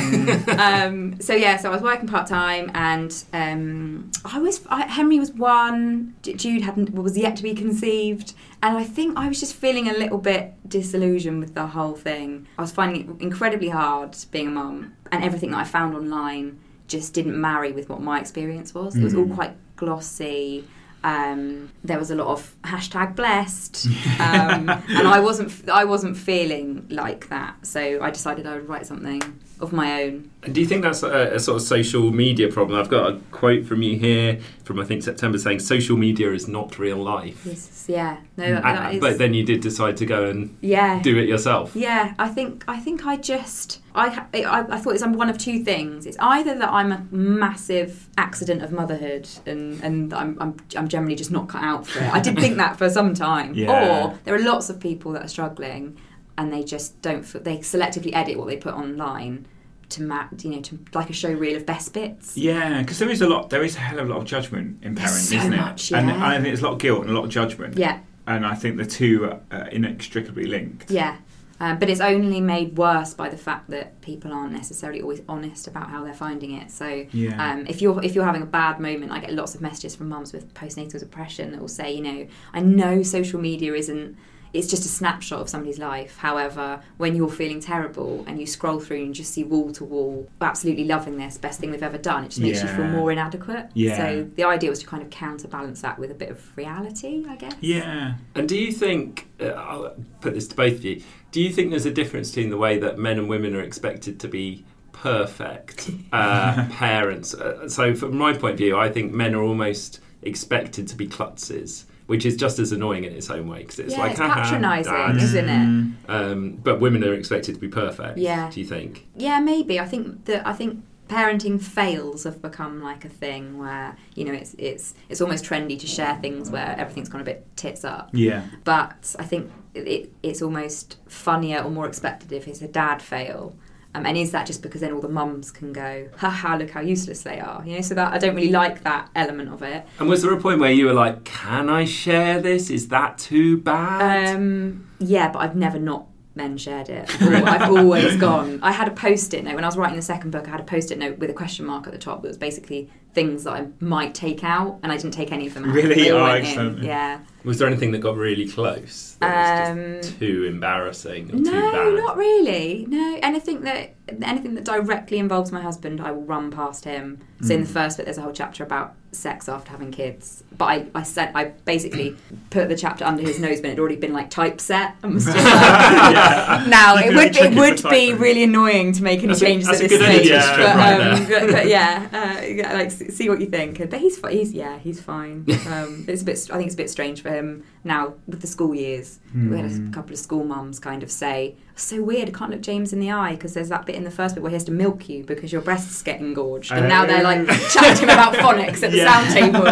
[SPEAKER 4] um, so yeah, so I was working part time, and um, I was I, Henry was one, J- Jude hadn't was yet to be conceived, and I think I was just feeling a little bit disillusioned with the whole thing. I was finding it incredibly hard being a mum, and everything that I found online just didn't marry with what my experience was. It was all quite glossy. Um, there was a lot of hashtag blessed, um, and I wasn't I wasn't feeling like that. So I decided I would write something of my own.
[SPEAKER 1] And do you think that's a, a sort of social media problem? I've got a quote from you here from I think September saying social media is not real life.
[SPEAKER 4] This is- yeah, no, that,
[SPEAKER 1] And-
[SPEAKER 4] that is
[SPEAKER 1] Uh, but then you did decide to go and
[SPEAKER 4] yeah.
[SPEAKER 1] do it yourself.
[SPEAKER 4] Yeah, I think I think I just I ha- I, I thought it's one of two things. It's either that I'm a massive accident of motherhood and and I'm I'm, I'm generally just not cut out for it. I did think that for some
[SPEAKER 1] [LAUGHS]
[SPEAKER 4] time.
[SPEAKER 3] Yeah.
[SPEAKER 4] Or there are lots of people that are struggling and they just don't feel, they selectively edit what they put online to ma- you know to like a showreel of best bits.
[SPEAKER 3] yeah, because there is a lot. There is a hell of a lot of judgment in parenting,
[SPEAKER 4] so
[SPEAKER 3] isn't it?
[SPEAKER 4] much,
[SPEAKER 3] And
[SPEAKER 4] yeah.
[SPEAKER 3] I think there's a lot of guilt and a lot of judgment.
[SPEAKER 4] Yeah.
[SPEAKER 3] and I think the two are inextricably linked.
[SPEAKER 4] Yeah. Um, but it's only made worse by the fact that people aren't necessarily always honest about how they're finding it. So
[SPEAKER 3] Yeah.
[SPEAKER 4] um, if you're if you're having a bad moment, I get lots of messages from mums with postnatal depression that will say, you know, I know social media isn't. It's just a snapshot of somebody's life. However, when you're feeling terrible and you scroll through and you just see wall to wall, absolutely loving this, best thing we've ever done, it just makes you feel
[SPEAKER 3] Yeah.
[SPEAKER 4] more inadequate.
[SPEAKER 3] Yeah.
[SPEAKER 4] So the idea was to kind of counterbalance that with a bit of reality, I guess.
[SPEAKER 3] Yeah.
[SPEAKER 1] And do you think, uh, I'll put this to both of you, do you think there's a difference between the way that men and women are expected to be
[SPEAKER 4] [LAUGHS]
[SPEAKER 1] perfect uh, parents? Uh, so, from my point of view, I think men are almost expected to be klutzes. Which is just as annoying in its own way because it's
[SPEAKER 4] yeah,
[SPEAKER 1] like
[SPEAKER 4] it's
[SPEAKER 1] "Haha,
[SPEAKER 4] patronising,
[SPEAKER 1] dads."
[SPEAKER 4] isn't it?
[SPEAKER 1] Um, but women are expected to be perfect.
[SPEAKER 4] Yeah.
[SPEAKER 1] Do you think?
[SPEAKER 4] Yeah, maybe. I think that I think parenting fails have become like a thing where you know it's it's it's almost trendy to share things where everything's gone a bit tits up.
[SPEAKER 3] Yeah.
[SPEAKER 4] But I think it, it's almost funnier or more expected if it's a dad fail. Um, and is that just because then all the mums can go, haha, look how useless they are? You know, so that I don't really like that element of it.
[SPEAKER 1] And was there a point where you were like, "Can I share this? Is that too bad?"
[SPEAKER 4] Um, yeah, but I've never not men shared it.
[SPEAKER 3] [LAUGHS]
[SPEAKER 4] I've always gone. I had a post-it note when I was writing the second book. I had a post-it note with a question mark at the top that was basically things that I might take out, and I didn't take any of them out.
[SPEAKER 3] Really?
[SPEAKER 4] They all
[SPEAKER 3] Oh,
[SPEAKER 4] went in.
[SPEAKER 3] excellent.
[SPEAKER 4] Yeah.
[SPEAKER 1] was there anything that got really close? That was just too embarrassing or
[SPEAKER 4] um, No,
[SPEAKER 1] too bad?
[SPEAKER 4] not really. No, anything that anything that directly involves my husband, I will run past him. So
[SPEAKER 1] Mm.
[SPEAKER 4] in the first bit, there's a whole chapter about sex after having kids. But I, I sent, I
[SPEAKER 1] [CLEARS THROAT]
[SPEAKER 4] basically put the chapter under his nose, but it'd already been like typeset
[SPEAKER 1] [LAUGHS]
[SPEAKER 4] and was just like, now
[SPEAKER 3] You
[SPEAKER 4] it
[SPEAKER 3] can
[SPEAKER 4] would
[SPEAKER 3] trick
[SPEAKER 4] it
[SPEAKER 3] it
[SPEAKER 4] would
[SPEAKER 3] for
[SPEAKER 4] be
[SPEAKER 3] typing.
[SPEAKER 4] really annoying to make any
[SPEAKER 1] That's a-
[SPEAKER 4] changes
[SPEAKER 1] that's
[SPEAKER 4] at
[SPEAKER 1] a
[SPEAKER 4] this
[SPEAKER 1] good
[SPEAKER 4] stage.
[SPEAKER 3] editing
[SPEAKER 4] but,
[SPEAKER 3] trick
[SPEAKER 1] right
[SPEAKER 4] um, but, but yeah, uh, yeah, like s- see what you think. But he's fi- he's yeah, he's
[SPEAKER 1] [LAUGHS]
[SPEAKER 4] fine. Um, but it's a bit. st- I think it's a bit strange for him now with the school years. We had
[SPEAKER 1] Hmm.
[SPEAKER 4] a couple of school mums kind of say, "So weird, I can't look James in the eye because there's that bit in the first bit where he has to milk you because your breasts get engorged." And now they're like
[SPEAKER 1] Oh.
[SPEAKER 4] chatting to him about phonics at the
[SPEAKER 3] Yeah.
[SPEAKER 4] sound
[SPEAKER 1] [LAUGHS]
[SPEAKER 4] table.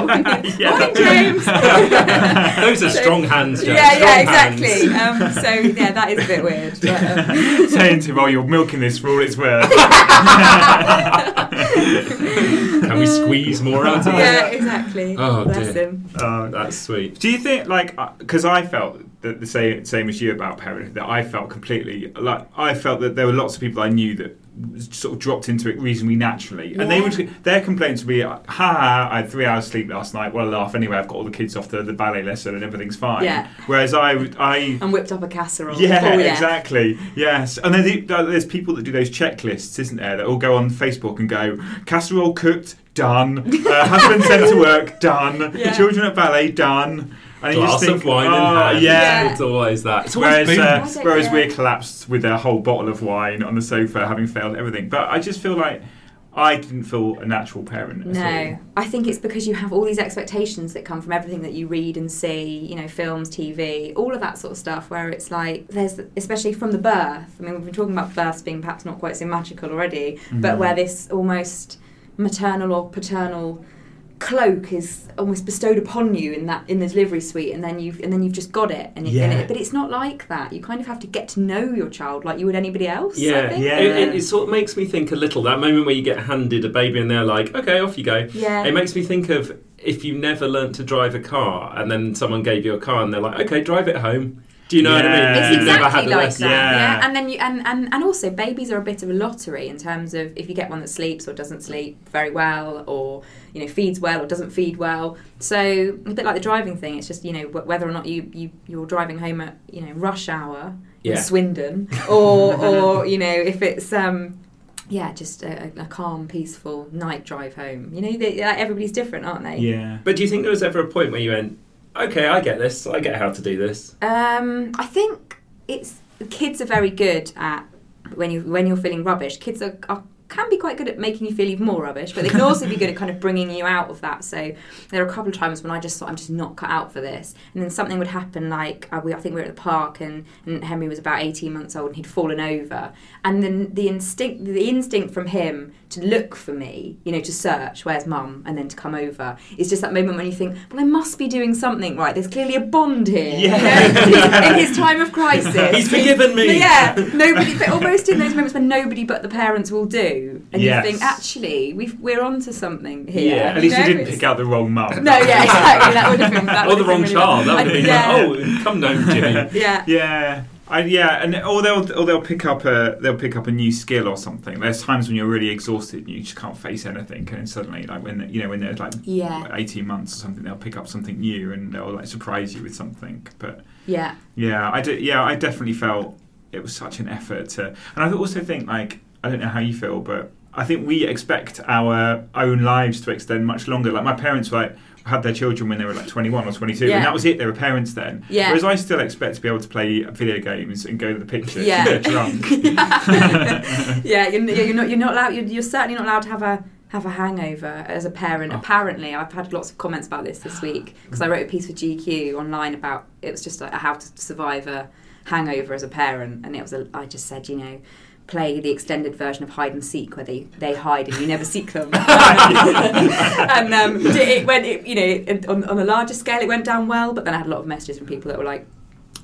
[SPEAKER 3] Yeah.
[SPEAKER 4] [LAUGHS] Morning, James.
[SPEAKER 1] Those are strong hands, Joe.
[SPEAKER 4] Yeah,
[SPEAKER 1] strong
[SPEAKER 4] yeah,
[SPEAKER 1] hands.
[SPEAKER 4] exactly. Um, so yeah, that is a bit weird. But,
[SPEAKER 1] [LAUGHS]
[SPEAKER 4] um,
[SPEAKER 3] [LAUGHS] Saying to him, "Oh, you're milking this for all it's worth."
[SPEAKER 1] Can we squeeze more out of it?
[SPEAKER 4] yeah, exactly.
[SPEAKER 1] Oh,
[SPEAKER 4] Bless
[SPEAKER 1] dear.
[SPEAKER 4] him.
[SPEAKER 3] Oh,
[SPEAKER 1] That's sweet.
[SPEAKER 3] Do you think, like, because I felt that the same same as you about parenthood, that I felt completely like I felt that there were lots of people I knew that was- sort of dropped into it reasonably naturally, and they
[SPEAKER 4] Yeah.
[SPEAKER 3] would their complaints would be, "Ha, "Ha, I had three hours sleep last night. What a laugh! Anyway, I've got all the kids off the, the ballet lesson, and everything's fine."
[SPEAKER 4] Yeah.
[SPEAKER 3] Whereas I, would- I
[SPEAKER 4] And whipped up a casserole.
[SPEAKER 3] yeah,
[SPEAKER 4] Oh,
[SPEAKER 3] exactly. Yes, and then the, uh, there's people that do those checklists, isn't there? That all go on Facebook and go casserole cooked, done.
[SPEAKER 4] [LAUGHS]
[SPEAKER 3] Uh, husband sent to work, done.
[SPEAKER 4] Yeah.
[SPEAKER 3] Children at ballet, done. And
[SPEAKER 1] Glass of wine in
[SPEAKER 3] "Oh,
[SPEAKER 1] hand.
[SPEAKER 3] Yeah.
[SPEAKER 1] It's always that. It's always
[SPEAKER 3] Whereas,
[SPEAKER 1] food.
[SPEAKER 3] uh,
[SPEAKER 4] Why don't-
[SPEAKER 3] whereas
[SPEAKER 4] yeah.
[SPEAKER 3] we're collapsed with a whole bottle of wine on the sofa, having failed everything. But I just feel like I didn't feel a natural parent. at
[SPEAKER 4] No,
[SPEAKER 3] all.
[SPEAKER 4] I think it's because you have all these expectations that come from everything that you read and see, you know, films, TV, all of that sort of stuff, where it's like, there's, especially from the birth. I mean, we've been talking about births being perhaps not quite so magical already,
[SPEAKER 3] Mm.
[SPEAKER 4] but where this almost maternal or paternal cloak is almost bestowed upon you in that in the delivery suite and then you've and then you've just got it and, you- and
[SPEAKER 3] Yeah.
[SPEAKER 4] it, but it's not like that you kind of have to get to know your child like you would anybody else I
[SPEAKER 1] Yeah,
[SPEAKER 4] think.
[SPEAKER 3] yeah.
[SPEAKER 1] It, it, it sort of makes me think a little that moment where you get handed a baby and they're like, "Okay, off you go."
[SPEAKER 4] Yeah.
[SPEAKER 1] It makes me think of if you never learnt to drive a car and then someone gave you a car and they're like, "Okay, drive it home." Do you know what I mean?
[SPEAKER 3] Yeah.
[SPEAKER 4] It's
[SPEAKER 1] You've
[SPEAKER 4] exactly
[SPEAKER 1] never had a
[SPEAKER 4] like
[SPEAKER 1] lesson.
[SPEAKER 4] that. Yeah.
[SPEAKER 3] Yeah.
[SPEAKER 4] and then you and, and and also babies are a bit of a lottery in terms of if you get one that sleeps or doesn't sleep very well, or you know feeds well or doesn't feed well. So a bit like the driving thing, it's just you know wh- whether or not you you you're driving home at you know rush hour
[SPEAKER 1] Yeah. [LAUGHS]
[SPEAKER 4] in Swindon, or or you know if it's um. Yeah, just a, a a calm, peaceful night drive home. You know, they, like, everybody's different, aren't they?
[SPEAKER 3] Yeah.
[SPEAKER 1] But do you think there was ever a point where you went, "Okay, I get this. I get how to do this."
[SPEAKER 4] Um, I think it's kids are very good at when you when you're feeling rubbish. Kids are, are can be quite good at making you feel even more rubbish, but they can also be good at kind of bringing you out of that. So there are a couple of times when I just thought I'm just not cut out for this, and then something would happen. Like uh, we, I think we were at the park, and, and Henry was about 18 months old, and he'd fallen over, and then the instinct the instinct from him to look for me, you know, to search where's mum, and then to come over is just that moment when you think, well, I must be doing something right. There's clearly a bond here.
[SPEAKER 3] Yeah.
[SPEAKER 4] You know? in his time of crisis.
[SPEAKER 1] He's forgiven me.
[SPEAKER 4] Yeah, nobody, but almost in those moments when nobody but the parents will do. do, and
[SPEAKER 3] Yes.
[SPEAKER 4] you think actually we've, we're onto something here.
[SPEAKER 1] Yeah,
[SPEAKER 3] At least you
[SPEAKER 4] know,
[SPEAKER 3] didn't
[SPEAKER 4] it's-
[SPEAKER 3] pick out the wrong mum.
[SPEAKER 4] No, yeah, exactly. That would have been that
[SPEAKER 1] or the
[SPEAKER 4] would've
[SPEAKER 1] wrong
[SPEAKER 4] been really
[SPEAKER 1] child. That
[SPEAKER 4] bad.
[SPEAKER 1] would be
[SPEAKER 4] yeah.
[SPEAKER 1] like, oh, come down, Jimmy. [LAUGHS]
[SPEAKER 4] yeah,
[SPEAKER 3] oh. Yeah, I, yeah, and or they'll or they'll pick up a they'll pick up a new skill or something. There's times when you're really exhausted and you just can't face anything, and suddenly like when you know when they're like
[SPEAKER 4] Yeah.
[SPEAKER 3] eighteen months or something, they'll pick up something new and they'll like surprise you with something. But
[SPEAKER 4] yeah,
[SPEAKER 3] yeah, I did. Yeah, I definitely felt it was such an effort to, and I also think like I don't know how you feel, but I think we expect our own lives to extend much longer. Like my parents, were, like had their children when they were like 21 or 22
[SPEAKER 4] Yeah.
[SPEAKER 3] and that was it they were parents then
[SPEAKER 4] Yeah.
[SPEAKER 3] whereas i still expect to be able to play video games and go to the pictures
[SPEAKER 4] Yeah.
[SPEAKER 3] and get drunk
[SPEAKER 4] [LAUGHS]
[SPEAKER 3] [LAUGHS]
[SPEAKER 4] yeah. You're, you're not you're not allowed. You're, you're certainly not allowed to have a have a hangover as a parent. Apparently, I've had lots of comments about this this week because I wrote a piece for GQ online about it was just like how to survive a hangover as a parent, and it was a, I just said you know. Play the extended version of hide and seek, where they, they hide and you never seek them. [LAUGHS] and um, it- it went, it, you know, it- on, on a larger scale, it went down well. But then I had a lot of messages from people that were like,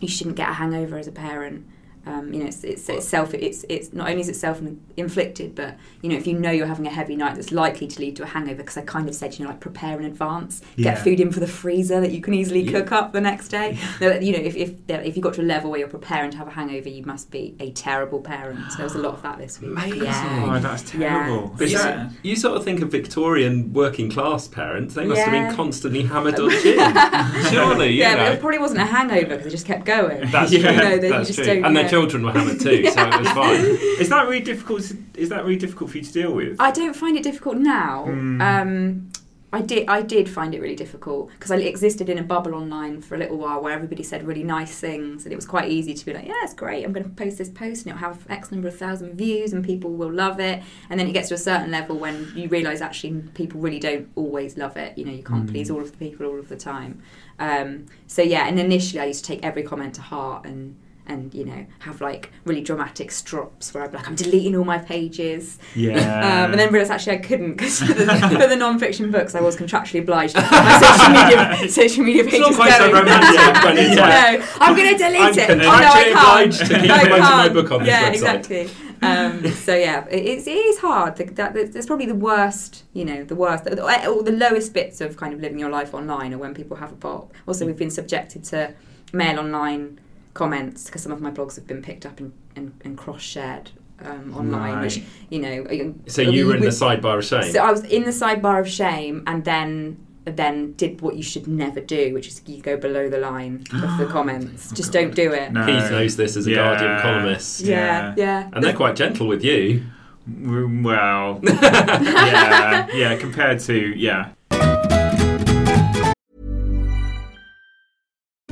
[SPEAKER 4] you shouldn't get a hangover as a parent. Um, you know, it's, it's, it's self. It's it's not only is it self inflicted, but you know, if you know you're having a heavy night, that's likely to lead to a hangover. Because I kind of said, you know, like prepare in advance,
[SPEAKER 3] Yeah.
[SPEAKER 4] get food in for the freezer that you can easily cook up the next day. That, You know, if if that- if you got to a level where you're preparing to have a hangover, you must be a terrible parent. So there was a lot of that this week. Yeah.
[SPEAKER 3] oh that's
[SPEAKER 4] Yeah.
[SPEAKER 3] terrible
[SPEAKER 1] But you,
[SPEAKER 3] Yeah.
[SPEAKER 1] you sort of think of Victorian working class parents. They must have
[SPEAKER 4] Yeah.
[SPEAKER 1] been constantly
[SPEAKER 4] [LAUGHS]
[SPEAKER 1] hammered on gin. Surely, you
[SPEAKER 4] Yeah,
[SPEAKER 1] know.
[SPEAKER 4] but it probably wasn't a hangover because it just kept going. [LAUGHS]
[SPEAKER 1] That's
[SPEAKER 4] you
[SPEAKER 1] true.
[SPEAKER 4] know, that you
[SPEAKER 1] That's
[SPEAKER 4] just
[SPEAKER 1] true.
[SPEAKER 4] don't,
[SPEAKER 1] and
[SPEAKER 4] yeah.
[SPEAKER 1] their children were hammered too, so it
[SPEAKER 4] [LAUGHS]
[SPEAKER 1] was fine.
[SPEAKER 3] is that really difficult to, is that really difficult for you to deal
[SPEAKER 1] [LAUGHS]
[SPEAKER 3] with
[SPEAKER 4] I don't find it difficult now. Um, I did. I did find it really difficult because I existed in a bubble online for a little while where everybody said really nice things, and it was quite easy to be like, "Yeah, it's great. I'm going to post this post, and it'll have X number of thousand views, and people will love it." And then it gets to a certain level when you realise actually people really don't always love it. You know, you can't please all of the people all of the time. Um, so yeah, and initially I used to take every comment to heart and and you know have like really dramatic strops where I'd be like, "I'm deleting all my pages."
[SPEAKER 3] yeah
[SPEAKER 4] Um, and then realised actually I couldn't
[SPEAKER 1] [LAUGHS]
[SPEAKER 4] because for the, for the non-fiction books I was contractually obliged to keep my social
[SPEAKER 1] [LAUGHS]
[SPEAKER 4] media social media pages
[SPEAKER 1] not quite so
[SPEAKER 4] going.
[SPEAKER 1] romantic, but
[SPEAKER 4] [LAUGHS]
[SPEAKER 1] it's
[SPEAKER 4] no, I'm going to delete
[SPEAKER 1] I'm
[SPEAKER 4] it. Oh, no,
[SPEAKER 1] contractually
[SPEAKER 4] I can't.
[SPEAKER 1] obliged to keep
[SPEAKER 4] I
[SPEAKER 1] promoting my
[SPEAKER 4] can't.
[SPEAKER 1] book on this
[SPEAKER 4] yeah,
[SPEAKER 1] website.
[SPEAKER 4] exactly. Um, so yeah, it, it's, it is hard. The, that, that's probably the worst. You know, the worst or the, or the lowest bits of kind of living your life online, or when people have a pop. Also, we've been subjected to mail online comments because some of my blogs have been picked up and, and, and cross-shared um, online, which
[SPEAKER 3] Right.
[SPEAKER 4] you know.
[SPEAKER 1] So you were in the
[SPEAKER 4] would-
[SPEAKER 1] sidebar of shame.
[SPEAKER 4] so I was in the sidebar of shame, and then then did what you should never do, which is you go below the line of
[SPEAKER 1] [GASPS] Oh
[SPEAKER 4] the comments. Just don't do it.
[SPEAKER 3] No.
[SPEAKER 1] Keith knows this as a
[SPEAKER 3] Yeah.
[SPEAKER 1] Guardian columnist.
[SPEAKER 4] Yeah, yeah.
[SPEAKER 1] And they're quite gentle with you. [LAUGHS]
[SPEAKER 3] Mm, Well, yeah, yeah. Compared to yeah,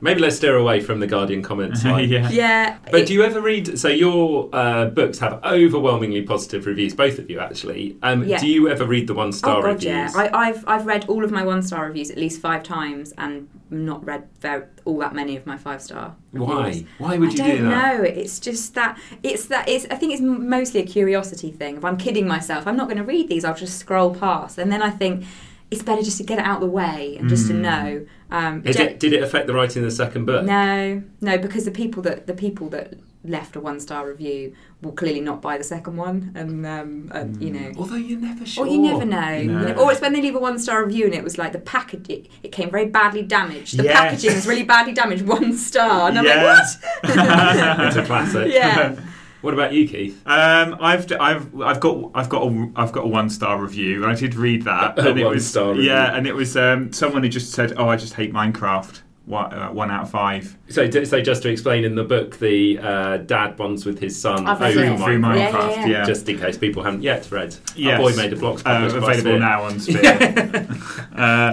[SPEAKER 1] Maybe let's steer away from the Guardian comments. line.
[SPEAKER 3] [LAUGHS] Yeah.
[SPEAKER 4] Yeah,
[SPEAKER 1] But
[SPEAKER 4] it-
[SPEAKER 1] do you ever read? So your uh, books have overwhelmingly positive reviews, both of you actually. Um,
[SPEAKER 4] Yeah.
[SPEAKER 1] Do you ever read the one star
[SPEAKER 4] oh god,
[SPEAKER 1] reviews?
[SPEAKER 4] yeah. I, I've I've read all of my one star reviews at least five times and not read very, all that many of my five star.
[SPEAKER 1] Why? Why would you
[SPEAKER 4] I don't
[SPEAKER 1] do that?
[SPEAKER 4] know. It's just that it's that it's. I think it's mostly a curiosity thing. If I'm kidding myself, I'm not going to read these. I'll just scroll past, and then I think it's better just to get it out of the way and
[SPEAKER 1] Hmm.
[SPEAKER 4] just to know. Um,
[SPEAKER 1] Is
[SPEAKER 4] gen-
[SPEAKER 1] it, did it affect the writing of the second book?
[SPEAKER 4] no, no, because the people that the people that left a one star review will clearly not buy the second one, and um, and, you know.
[SPEAKER 1] Hmm. Although you're never sure.
[SPEAKER 4] Or you never know. You never- Or it's when they leave a one star review and it was like the package, it, it came very badly damaged. The
[SPEAKER 3] Yes.
[SPEAKER 4] packaging was really badly damaged, one star. And I'm
[SPEAKER 3] Yes.
[SPEAKER 4] like, what?
[SPEAKER 1] It's a classic.
[SPEAKER 4] [LAUGHS] yeah.
[SPEAKER 1] What about you, Keith?
[SPEAKER 3] Um, I've, d- I've I've got I've got a I've got a one star review. I did read
[SPEAKER 1] [LAUGHS]
[SPEAKER 3] that,
[SPEAKER 1] A
[SPEAKER 3] it was
[SPEAKER 1] one-star review.
[SPEAKER 3] yeah, and it was um, someone who just said, "Oh, I just hate Minecraft." One, uh, one out of five
[SPEAKER 1] So, d- so just to explain, in the book, the uh, dad bonds with his son
[SPEAKER 4] I've read
[SPEAKER 1] over
[SPEAKER 4] it.
[SPEAKER 3] through
[SPEAKER 1] Minecraft.
[SPEAKER 4] Yeah,
[SPEAKER 3] Minecraft.
[SPEAKER 4] yeah, yeah.
[SPEAKER 1] Just in case people haven't yet read,
[SPEAKER 3] Yes.
[SPEAKER 1] Our boy made a blog
[SPEAKER 3] Uh,
[SPEAKER 1] published by
[SPEAKER 3] available
[SPEAKER 1] Sphere.
[SPEAKER 3] now
[SPEAKER 1] [LAUGHS]
[SPEAKER 3] on Sphere. uh,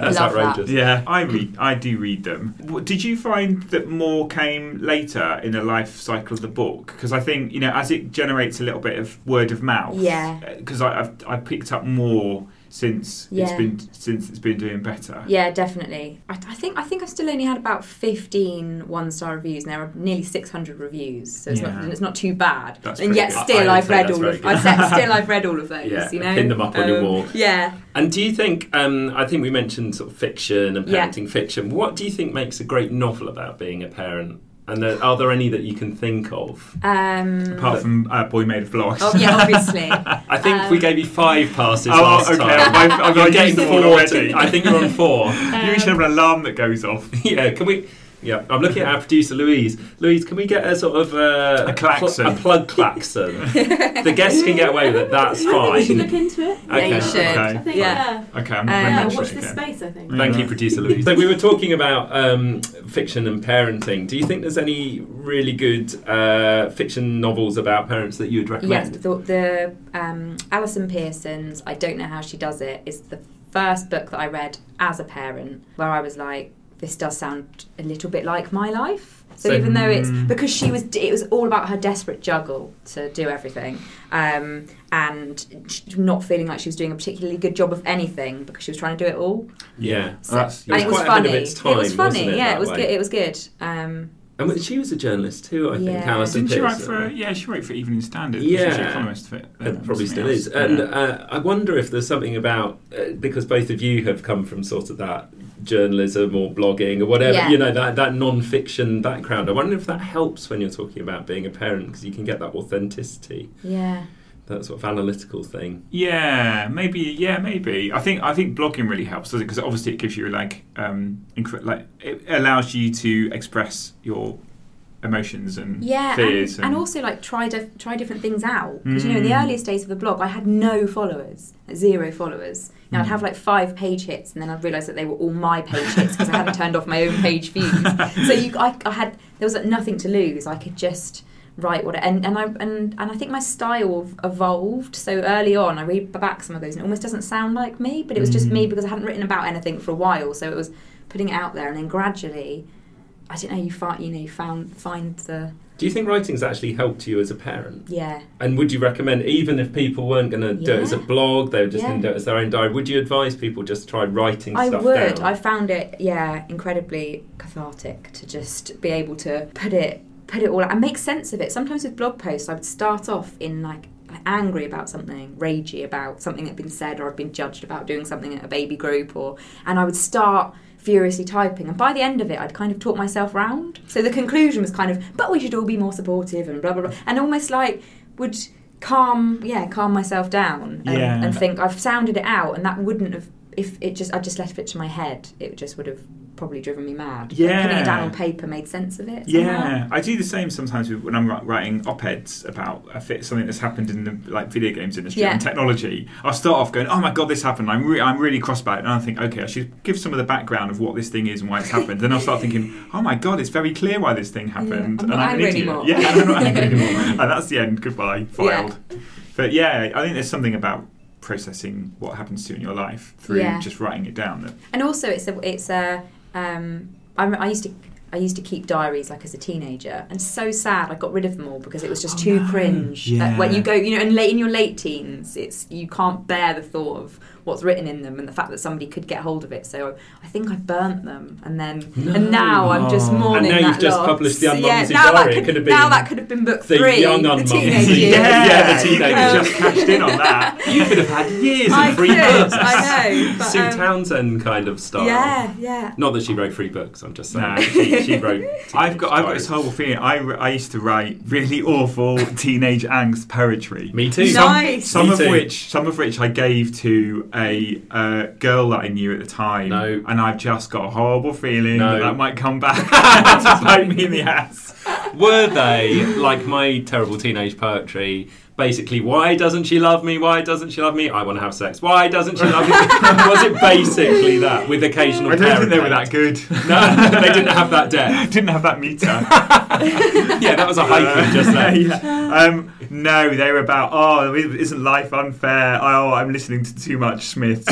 [SPEAKER 1] [LAUGHS] That's
[SPEAKER 4] Love that.
[SPEAKER 1] outrageous.
[SPEAKER 3] yeah, I read. I do read them. W- Did you find that more came later in the life cycle of the book? Because I think you know, as it generates a little bit of word of mouth.
[SPEAKER 4] Yeah.
[SPEAKER 3] Because I've I picked up more since it's
[SPEAKER 4] Yeah.
[SPEAKER 3] been since it's been doing better.
[SPEAKER 4] Yeah, definitely. I, I think I think I've still only had about 15 one star reviews, and there are nearly 600 reviews, so it's not
[SPEAKER 3] Yeah.
[SPEAKER 4] it's not too bad.
[SPEAKER 3] That's
[SPEAKER 4] and yet
[SPEAKER 3] pretty good.
[SPEAKER 4] still
[SPEAKER 1] I- I would
[SPEAKER 4] have
[SPEAKER 1] say
[SPEAKER 4] read
[SPEAKER 1] that's
[SPEAKER 4] all
[SPEAKER 1] very
[SPEAKER 4] of
[SPEAKER 1] good.
[SPEAKER 4] I said,
[SPEAKER 1] [LAUGHS]
[SPEAKER 4] still I've read all of those.
[SPEAKER 1] Yeah,
[SPEAKER 4] you know, Um,
[SPEAKER 1] pin them up on your wall.
[SPEAKER 4] Yeah.
[SPEAKER 1] And do you think? Um, I think we mentioned sort of fiction and
[SPEAKER 4] Yeah.
[SPEAKER 1] parenting fiction. What do you think makes a great novel about being a parent? And there, are there any that you can think of?
[SPEAKER 4] Um,
[SPEAKER 3] Apart from uh, Boy Made of Vlogs.
[SPEAKER 4] oh, yeah,
[SPEAKER 1] [LAUGHS]
[SPEAKER 4] obviously.
[SPEAKER 1] I think we
[SPEAKER 4] um,
[SPEAKER 1] gave you five passes
[SPEAKER 3] [LAUGHS] Oh,
[SPEAKER 1] last
[SPEAKER 3] okay.
[SPEAKER 1] time.
[SPEAKER 3] I've- I've
[SPEAKER 1] You're
[SPEAKER 3] used
[SPEAKER 1] getting
[SPEAKER 3] them
[SPEAKER 1] four.
[SPEAKER 3] all already. [LAUGHS]
[SPEAKER 1] I think you're on four.
[SPEAKER 3] you should have an alarm that goes off.
[SPEAKER 1] [LAUGHS] yeah, can we? Yeah, I'm looking at [LAUGHS] our producer Louise. Louise, can we get a sort of uh,
[SPEAKER 3] A klaxon.
[SPEAKER 1] a plug
[SPEAKER 4] [LAUGHS]
[SPEAKER 1] klaxon? the guests can get away with it.
[SPEAKER 2] I
[SPEAKER 1] That's
[SPEAKER 2] think we should
[SPEAKER 1] fine.
[SPEAKER 2] look into it.
[SPEAKER 1] Okay.
[SPEAKER 4] Yeah, you should.
[SPEAKER 3] [LAUGHS] Okay.
[SPEAKER 2] I think,
[SPEAKER 4] Yeah.
[SPEAKER 2] yeah.
[SPEAKER 3] Okay,
[SPEAKER 4] Um,
[SPEAKER 3] I'm not going to
[SPEAKER 2] Yeah,
[SPEAKER 3] mention
[SPEAKER 2] watch
[SPEAKER 3] it
[SPEAKER 2] this
[SPEAKER 3] again.
[SPEAKER 2] space, I think.
[SPEAKER 1] Thank you, producer Louise. So we were talking about um, fiction and parenting. Do you think there's any really good uh, fiction novels about parents that you would
[SPEAKER 4] Yes,
[SPEAKER 1] recommend?
[SPEAKER 4] the, the um, Alison Pearson's I Don't Know How She Does It is the first book that I read as a parent where I was like, this does sound a little bit like my life. So,
[SPEAKER 1] So-
[SPEAKER 4] even though it's because she was, it was all about her desperate juggle to do everything, um, and sh- not feeling like she was doing a particularly good job of anything because she was trying to do it all.
[SPEAKER 1] Yeah,
[SPEAKER 4] So-
[SPEAKER 3] that's-
[SPEAKER 4] and
[SPEAKER 1] it
[SPEAKER 4] it
[SPEAKER 1] was
[SPEAKER 4] was
[SPEAKER 1] Uh, quite a
[SPEAKER 4] funny.
[SPEAKER 1] bit of its time,
[SPEAKER 4] it was funny.
[SPEAKER 1] wasn't it,
[SPEAKER 4] yeah,
[SPEAKER 1] that
[SPEAKER 4] it was
[SPEAKER 1] way?
[SPEAKER 4] good. It was good. Um,
[SPEAKER 1] and when- she was a journalist too, I think.
[SPEAKER 4] Yeah.
[SPEAKER 1] Alison
[SPEAKER 3] Didn't she write
[SPEAKER 1] Pearson.
[SPEAKER 3] for? Yeah, she wrote for Evening Standard. Yeah, she's
[SPEAKER 1] Yeah.
[SPEAKER 3] an economist for. uh,
[SPEAKER 1] It probably
[SPEAKER 3] something
[SPEAKER 1] still
[SPEAKER 3] else.
[SPEAKER 1] is. And
[SPEAKER 3] Yeah.
[SPEAKER 1] uh, I wonder if there's something about, uh, because both of you have come from sort of that journalism or blogging or whatever,
[SPEAKER 4] Yeah.
[SPEAKER 1] you know, that, that non fiction background. I wonder if that helps when you're talking about being a parent because you can get that authenticity,
[SPEAKER 4] yeah.
[SPEAKER 1] that sort of analytical thing.
[SPEAKER 3] yeah, maybe. Yeah, maybe. I think I think blogging really helps, doesn't it? Because obviously it gives you like um, incre- like it allows you to express your emotions and
[SPEAKER 4] yeah
[SPEAKER 3] fears
[SPEAKER 4] and, and also like try dif- try different things out because you know in the earliest days of the blog i had no followers zero followers now i'd have like five page hits and then i'd realize that they were all my page hits because i hadn't turned off my own page views so you I, I had there was like, nothing to lose i could just write what and and i and, and i think my style ev- evolved so early on i read back some of those and it almost doesn't sound like me but it was just me because i hadn't written about anything for a while so it was putting it out there and then gradually I don't know. You find, you know, you found find the
[SPEAKER 1] Do you think writing's actually helped you as a parent?
[SPEAKER 4] yeah.
[SPEAKER 1] And would you recommend, even if people weren't going to do it as a
[SPEAKER 4] Yeah.
[SPEAKER 1] blog, they were just
[SPEAKER 4] Yeah.
[SPEAKER 1] going to do it as their own diary, would you advise people just try writing
[SPEAKER 4] I
[SPEAKER 1] stuff
[SPEAKER 4] would.
[SPEAKER 1] down?
[SPEAKER 4] I found it, yeah, incredibly cathartic to just be able to put it put it all out and make sense of it. Sometimes with blog posts I would start off in like angry about something, ragey about something that had been said or I'd been judged about doing something at a baby group or and I would start furiously typing and by the end of it I'd kind of talked myself round. So the conclusion was kind of but we should all be more supportive and blah blah blah and almost like would calm yeah, calm myself down and,
[SPEAKER 3] Yeah.
[SPEAKER 4] and think I've sounded it out, and that wouldn't have if it just I just left it to my head. It just would have probably driven me mad. But putting
[SPEAKER 3] Yeah.
[SPEAKER 4] it down on paper made sense of it. somehow.
[SPEAKER 3] Yeah, I do the same sometimes with, when I'm wri- writing op-eds about a fit, something that's happened in the like video games industry
[SPEAKER 4] Yeah.
[SPEAKER 3] and technology. I'll start off going, "Oh my god, this happened!" I'm re- I'm really cross about it, and I think, "Okay, I should give some of the background of what this thing is and why it's happened." then I'll start thinking, "Oh my god, it's very clear why this thing happened."
[SPEAKER 4] I'm not
[SPEAKER 3] and
[SPEAKER 4] angry
[SPEAKER 3] an idiot."
[SPEAKER 4] anymore.
[SPEAKER 3] Yeah,
[SPEAKER 4] [LAUGHS]
[SPEAKER 3] I'm not angry anymore. and that's the end. Goodbye. Filed. But yeah, I think there's something about processing what happens to you in your life through
[SPEAKER 4] Yeah. [LAUGHS]
[SPEAKER 3] just writing it down. That
[SPEAKER 4] and also it's a it's a um, I, rem- I used to I used to keep diaries like as a teenager, and so sad I got rid of them all because it was just too cringe.
[SPEAKER 3] Yeah.
[SPEAKER 4] Like, when you go, you know, and late in your late teens, it's you can't bear the thought of what's written in them and the fact that somebody could get hold of it. So I think I burnt them, and then and now I'm just
[SPEAKER 1] Oh. And
[SPEAKER 4] mourning.
[SPEAKER 1] now
[SPEAKER 4] that
[SPEAKER 1] you've just
[SPEAKER 4] loss.
[SPEAKER 1] published the Unmumsy
[SPEAKER 4] yeah, now
[SPEAKER 1] Diary.
[SPEAKER 4] That
[SPEAKER 1] It
[SPEAKER 4] could,
[SPEAKER 1] could have
[SPEAKER 4] now
[SPEAKER 1] been
[SPEAKER 4] that could have been book
[SPEAKER 1] the
[SPEAKER 4] three,
[SPEAKER 1] young
[SPEAKER 4] the
[SPEAKER 1] Unmumsy.
[SPEAKER 4] teenage
[SPEAKER 1] Yeah.
[SPEAKER 3] [LAUGHS]
[SPEAKER 4] years.
[SPEAKER 1] Yeah, the
[SPEAKER 3] you could have
[SPEAKER 4] Um,
[SPEAKER 3] just cashed in
[SPEAKER 4] [LAUGHS]
[SPEAKER 3] on that.
[SPEAKER 1] You could have had years
[SPEAKER 4] I
[SPEAKER 1] of free
[SPEAKER 4] could,
[SPEAKER 1] books.
[SPEAKER 4] I know, but,
[SPEAKER 1] Sue
[SPEAKER 4] um,
[SPEAKER 1] Townsend kind of style.
[SPEAKER 4] Yeah, yeah.
[SPEAKER 1] Not that she wrote free books. I'm just saying
[SPEAKER 3] Nah.
[SPEAKER 1] she, she
[SPEAKER 4] [LAUGHS]
[SPEAKER 1] wrote.
[SPEAKER 3] I've got I've got
[SPEAKER 1] diaries.
[SPEAKER 3] this horrible feeling. I, I used to write really [LAUGHS] awful teenage angst poetry.
[SPEAKER 1] Me too.
[SPEAKER 4] Some- Nice.
[SPEAKER 3] Some
[SPEAKER 1] Me
[SPEAKER 3] of
[SPEAKER 1] too.
[SPEAKER 3] which some of which I gave to a uh, girl that I knew at the time.
[SPEAKER 1] No.
[SPEAKER 3] And I've just got a horrible feeling
[SPEAKER 1] No.
[SPEAKER 3] that that might come back [LAUGHS] to bite me in the ass.
[SPEAKER 1] Were they like my terrible teenage poetry? Basically, why doesn't she love me? Why doesn't she love me? I want to have sex. Why doesn't she
[SPEAKER 4] [LAUGHS]
[SPEAKER 1] love me? Was it basically that with occasional?
[SPEAKER 3] [LAUGHS] I don't think
[SPEAKER 1] parent
[SPEAKER 3] they were that
[SPEAKER 1] act?
[SPEAKER 3] [LAUGHS] good.
[SPEAKER 1] No, [LAUGHS] they didn't have that depth.
[SPEAKER 3] Didn't have that [LAUGHS] meter. Uh,
[SPEAKER 1] Yeah, that was a hyphen just there.
[SPEAKER 3] [LAUGHS] Yeah. Um, no, they were about, oh, isn't life unfair? Oh, I'm listening to too much Smith.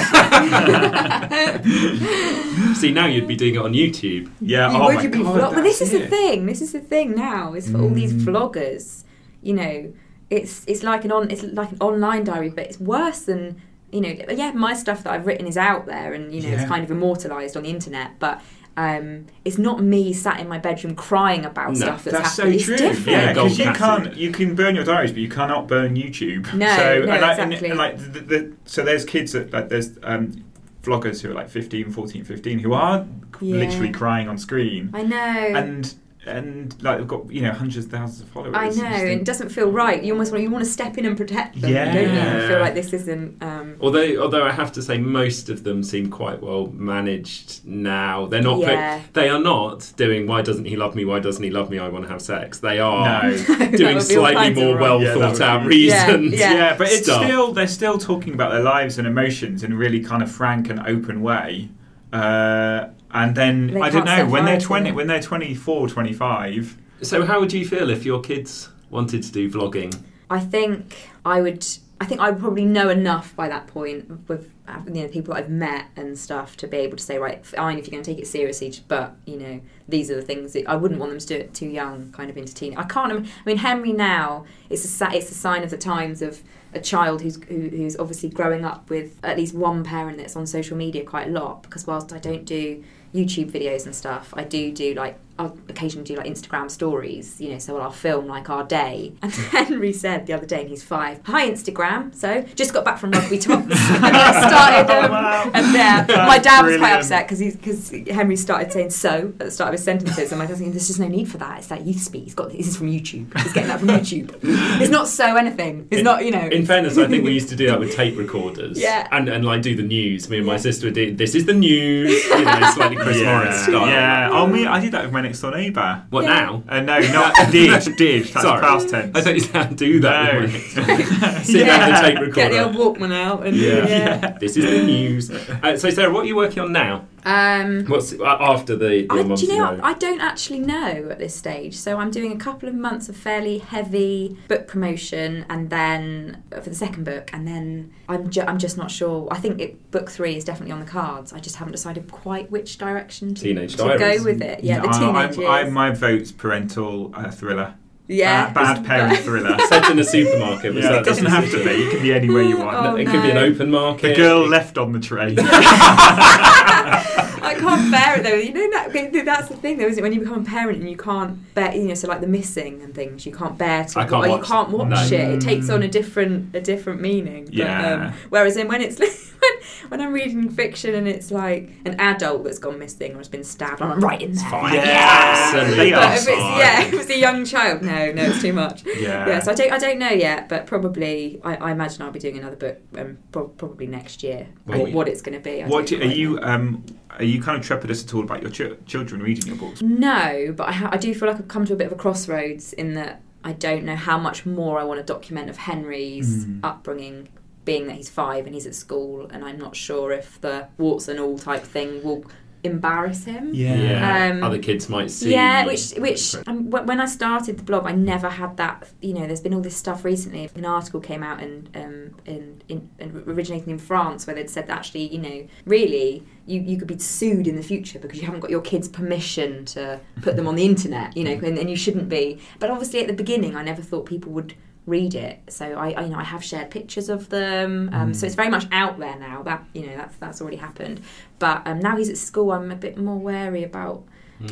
[SPEAKER 1] See, now you'd be doing it on YouTube.
[SPEAKER 3] [LAUGHS] Yeah,
[SPEAKER 4] You
[SPEAKER 3] oh
[SPEAKER 4] would,
[SPEAKER 3] my
[SPEAKER 4] you'd be
[SPEAKER 3] God,
[SPEAKER 4] vlog- Well, this
[SPEAKER 3] that's
[SPEAKER 4] is the
[SPEAKER 3] it. Mm.
[SPEAKER 4] thing. This is the thing now. Is for all these vloggers, you know, it's it's like an on it's like an online diary, but it's worse than you know. Yeah, my stuff that I've written is out there, and you know,
[SPEAKER 3] Yeah.
[SPEAKER 4] it's kind of immortalized on the internet, but. Um, it's not me sat in my bedroom crying about stuff that's,
[SPEAKER 3] That's so
[SPEAKER 4] happened.
[SPEAKER 3] true.
[SPEAKER 4] It's different.
[SPEAKER 3] Yeah, because you
[SPEAKER 1] Gold
[SPEAKER 3] can't you can burn your diaries, but you cannot burn YouTube.
[SPEAKER 4] No,
[SPEAKER 3] so,
[SPEAKER 4] no,
[SPEAKER 3] and I- and-
[SPEAKER 4] exactly.
[SPEAKER 3] and, like the, the, so there's kids that like there's um, vloggers who are like 15, 14, 15 who are
[SPEAKER 4] Yeah.
[SPEAKER 3] literally crying on screen,
[SPEAKER 4] I know.
[SPEAKER 3] and and like they've got you know hundreds of thousands of followers.
[SPEAKER 4] I
[SPEAKER 3] You just
[SPEAKER 4] know, and
[SPEAKER 3] think,
[SPEAKER 4] it doesn't feel right. You almost want you want to step in and protect them, don't you?
[SPEAKER 3] Yeah.
[SPEAKER 4] You feel like this isn't. Um,
[SPEAKER 1] Although, although I have to say, most of them seem quite well managed now. They're not.
[SPEAKER 4] Yeah.
[SPEAKER 1] They are not doing. Why doesn't he love me? Why doesn't he love me? I want to have sex. They
[SPEAKER 4] [LAUGHS]
[SPEAKER 1] are
[SPEAKER 3] [LAUGHS] No.
[SPEAKER 4] That would be
[SPEAKER 1] doing
[SPEAKER 4] all
[SPEAKER 1] slightly
[SPEAKER 4] kinds of
[SPEAKER 1] more
[SPEAKER 4] wrong.
[SPEAKER 1] well
[SPEAKER 3] Yeah, that
[SPEAKER 1] thought out
[SPEAKER 3] would be-
[SPEAKER 4] Yeah,
[SPEAKER 1] reasons.
[SPEAKER 4] yeah.
[SPEAKER 3] Yeah, but it's
[SPEAKER 1] Stuff.
[SPEAKER 3] still they're still talking about their lives and emotions in a really kind of frank and open way. Uh, and then
[SPEAKER 4] They
[SPEAKER 3] I don't
[SPEAKER 4] can't
[SPEAKER 3] know when they're
[SPEAKER 4] separate
[SPEAKER 3] twenty
[SPEAKER 4] it.
[SPEAKER 3] when they're 24, 25,
[SPEAKER 1] So, how would you feel if your kids wanted to do vlogging?
[SPEAKER 4] I think I would. I think I would probably know enough by that point with uh, you know people that I've met and stuff to be able to say right, fine, if you're going to take it seriously, j- but you know these are the things that I wouldn't want them to do it too young, kind of into teen. I can't. im- I mean, Henry now it's a sa- it's a sign of the times of a child who's who, who's obviously growing up with at least one parent that's on social media quite a lot. Because whilst I don't do YouTube videos and stuff, I do do like I'll occasionally do like Instagram stories, you know, so I'll film like our day. [LAUGHS] And Henry said the other day, and he's five, Hi Instagram. So just got back from rugby tots
[SPEAKER 3] [LAUGHS]
[SPEAKER 4] and I [LAUGHS] started um,
[SPEAKER 3] Wow.
[SPEAKER 4] and there. my dad was quite
[SPEAKER 3] brilliant.
[SPEAKER 4] upset because because Henry started saying so at the start of his sentences. And I was thinking, there's just no need for that. It's that youth speak. He's got this is from YouTube. He's getting
[SPEAKER 3] [LAUGHS]
[SPEAKER 4] that from YouTube. It's not so anything. It's not you know.
[SPEAKER 1] In fairness, I
[SPEAKER 4] [LAUGHS]
[SPEAKER 1] think we used to do that with tape recorders.
[SPEAKER 4] Yeah.
[SPEAKER 1] And and like do the news. Me and my sister would do. This is the news. You know, slightly Chris Morris style.
[SPEAKER 3] [LAUGHS] Yeah, oh me, I did that with my next door neighbour.
[SPEAKER 1] What
[SPEAKER 4] Yeah.
[SPEAKER 1] now?
[SPEAKER 3] Uh, no,
[SPEAKER 1] [LAUGHS]
[SPEAKER 3] not did did. That's
[SPEAKER 1] Sorry.
[SPEAKER 3] past tense.
[SPEAKER 1] I thought you said do that.
[SPEAKER 3] No.
[SPEAKER 1] with [LAUGHS] my-
[SPEAKER 3] [LAUGHS]
[SPEAKER 1] Sit down
[SPEAKER 3] Yeah.
[SPEAKER 1] and tape
[SPEAKER 4] Get the
[SPEAKER 1] recorder.
[SPEAKER 4] old Walkman out and
[SPEAKER 1] Yeah.
[SPEAKER 4] [LAUGHS] yeah.
[SPEAKER 1] This is the news. Uh, so, Sarah, what are you working on now?
[SPEAKER 4] Um,
[SPEAKER 1] What's uh, after the? the
[SPEAKER 4] I,
[SPEAKER 1] Mums
[SPEAKER 4] do you know,
[SPEAKER 1] Know?
[SPEAKER 4] what? I don't actually know at this stage. So I'm doing a couple of months of fairly heavy book promotion, and then uh, for the second book, and then I'm ju- I'm just not sure. I think it, book three is definitely on the cards. I just haven't decided quite which direction to,
[SPEAKER 1] Teenage
[SPEAKER 4] to
[SPEAKER 1] Diaries.
[SPEAKER 4] go with it. Yeah, the
[SPEAKER 3] No, I'm-
[SPEAKER 4] teenage
[SPEAKER 3] I'm,
[SPEAKER 4] years.
[SPEAKER 3] I'm, Uh, my vote's parental uh, thriller.
[SPEAKER 4] yeah, [LAUGHS]
[SPEAKER 3] Uh, Bad, bad parent
[SPEAKER 1] [LAUGHS]
[SPEAKER 3] thriller.
[SPEAKER 1] Set in a supermarket. was
[SPEAKER 3] Yeah,
[SPEAKER 1] that
[SPEAKER 3] it doesn't
[SPEAKER 1] the
[SPEAKER 3] have to be. It can be anywhere you want.
[SPEAKER 4] Oh,
[SPEAKER 1] It could be an
[SPEAKER 4] no.
[SPEAKER 1] open market.
[SPEAKER 3] The girl left on the
[SPEAKER 1] [LAUGHS]
[SPEAKER 3] train.
[SPEAKER 4] I can't bear it though. You know that okay, that's the thing though, isn't it? When you become a parent and you can't bear, you know, so like the missing and things, you can't bear to.
[SPEAKER 1] I can't
[SPEAKER 4] or you
[SPEAKER 1] watch-
[SPEAKER 4] can't watch
[SPEAKER 1] no.
[SPEAKER 4] it. It takes on a different a different meaning. But,
[SPEAKER 3] Yeah.
[SPEAKER 4] Um, whereas in when it's [LAUGHS] when, when I'm reading fiction and it's like an adult that's gone missing or has been stabbed, I'm right in there.
[SPEAKER 1] Fine.
[SPEAKER 3] Yeah.
[SPEAKER 1] They
[SPEAKER 4] But
[SPEAKER 1] are
[SPEAKER 4] if it's, yeah, if it's a young child, no, no, it's too much.
[SPEAKER 3] Yeah.
[SPEAKER 4] Yeah, so I don't, I don't know yet, but probably, I, I imagine I'll be doing another book um, pro- probably next year.
[SPEAKER 1] Well,
[SPEAKER 4] what it's going to be. I
[SPEAKER 3] What
[SPEAKER 4] don't
[SPEAKER 3] do, are
[SPEAKER 4] quite know.
[SPEAKER 3] you um, are you kind of trepidous at all about your ch- children reading your books?
[SPEAKER 4] No, but I, ha- I do feel like I've come to a bit of a crossroads in that I don't know how much more I want to document of Henry's upbringing, being that he's five and he's at school, and I'm not sure if the warts and all type thing will embarrass him.
[SPEAKER 1] Yeah.
[SPEAKER 4] Um,
[SPEAKER 1] Other kids might see.
[SPEAKER 4] Yeah, which which um, wh- when I started the blog, I never had that. You know, there's been all this stuff recently. An article came out in um, in, in, in originating in France where they'd said that actually, you know, really you, you could be sued in the future because you haven't got your kids' permission to put them on the internet. You know, and, and you shouldn't be. But obviously, at the beginning, I never thought people would read it. So I, I you know I have shared pictures of them. Um, So it's very much out there now. That you know that's that's already happened. But um, now he's at school, I'm a bit more wary about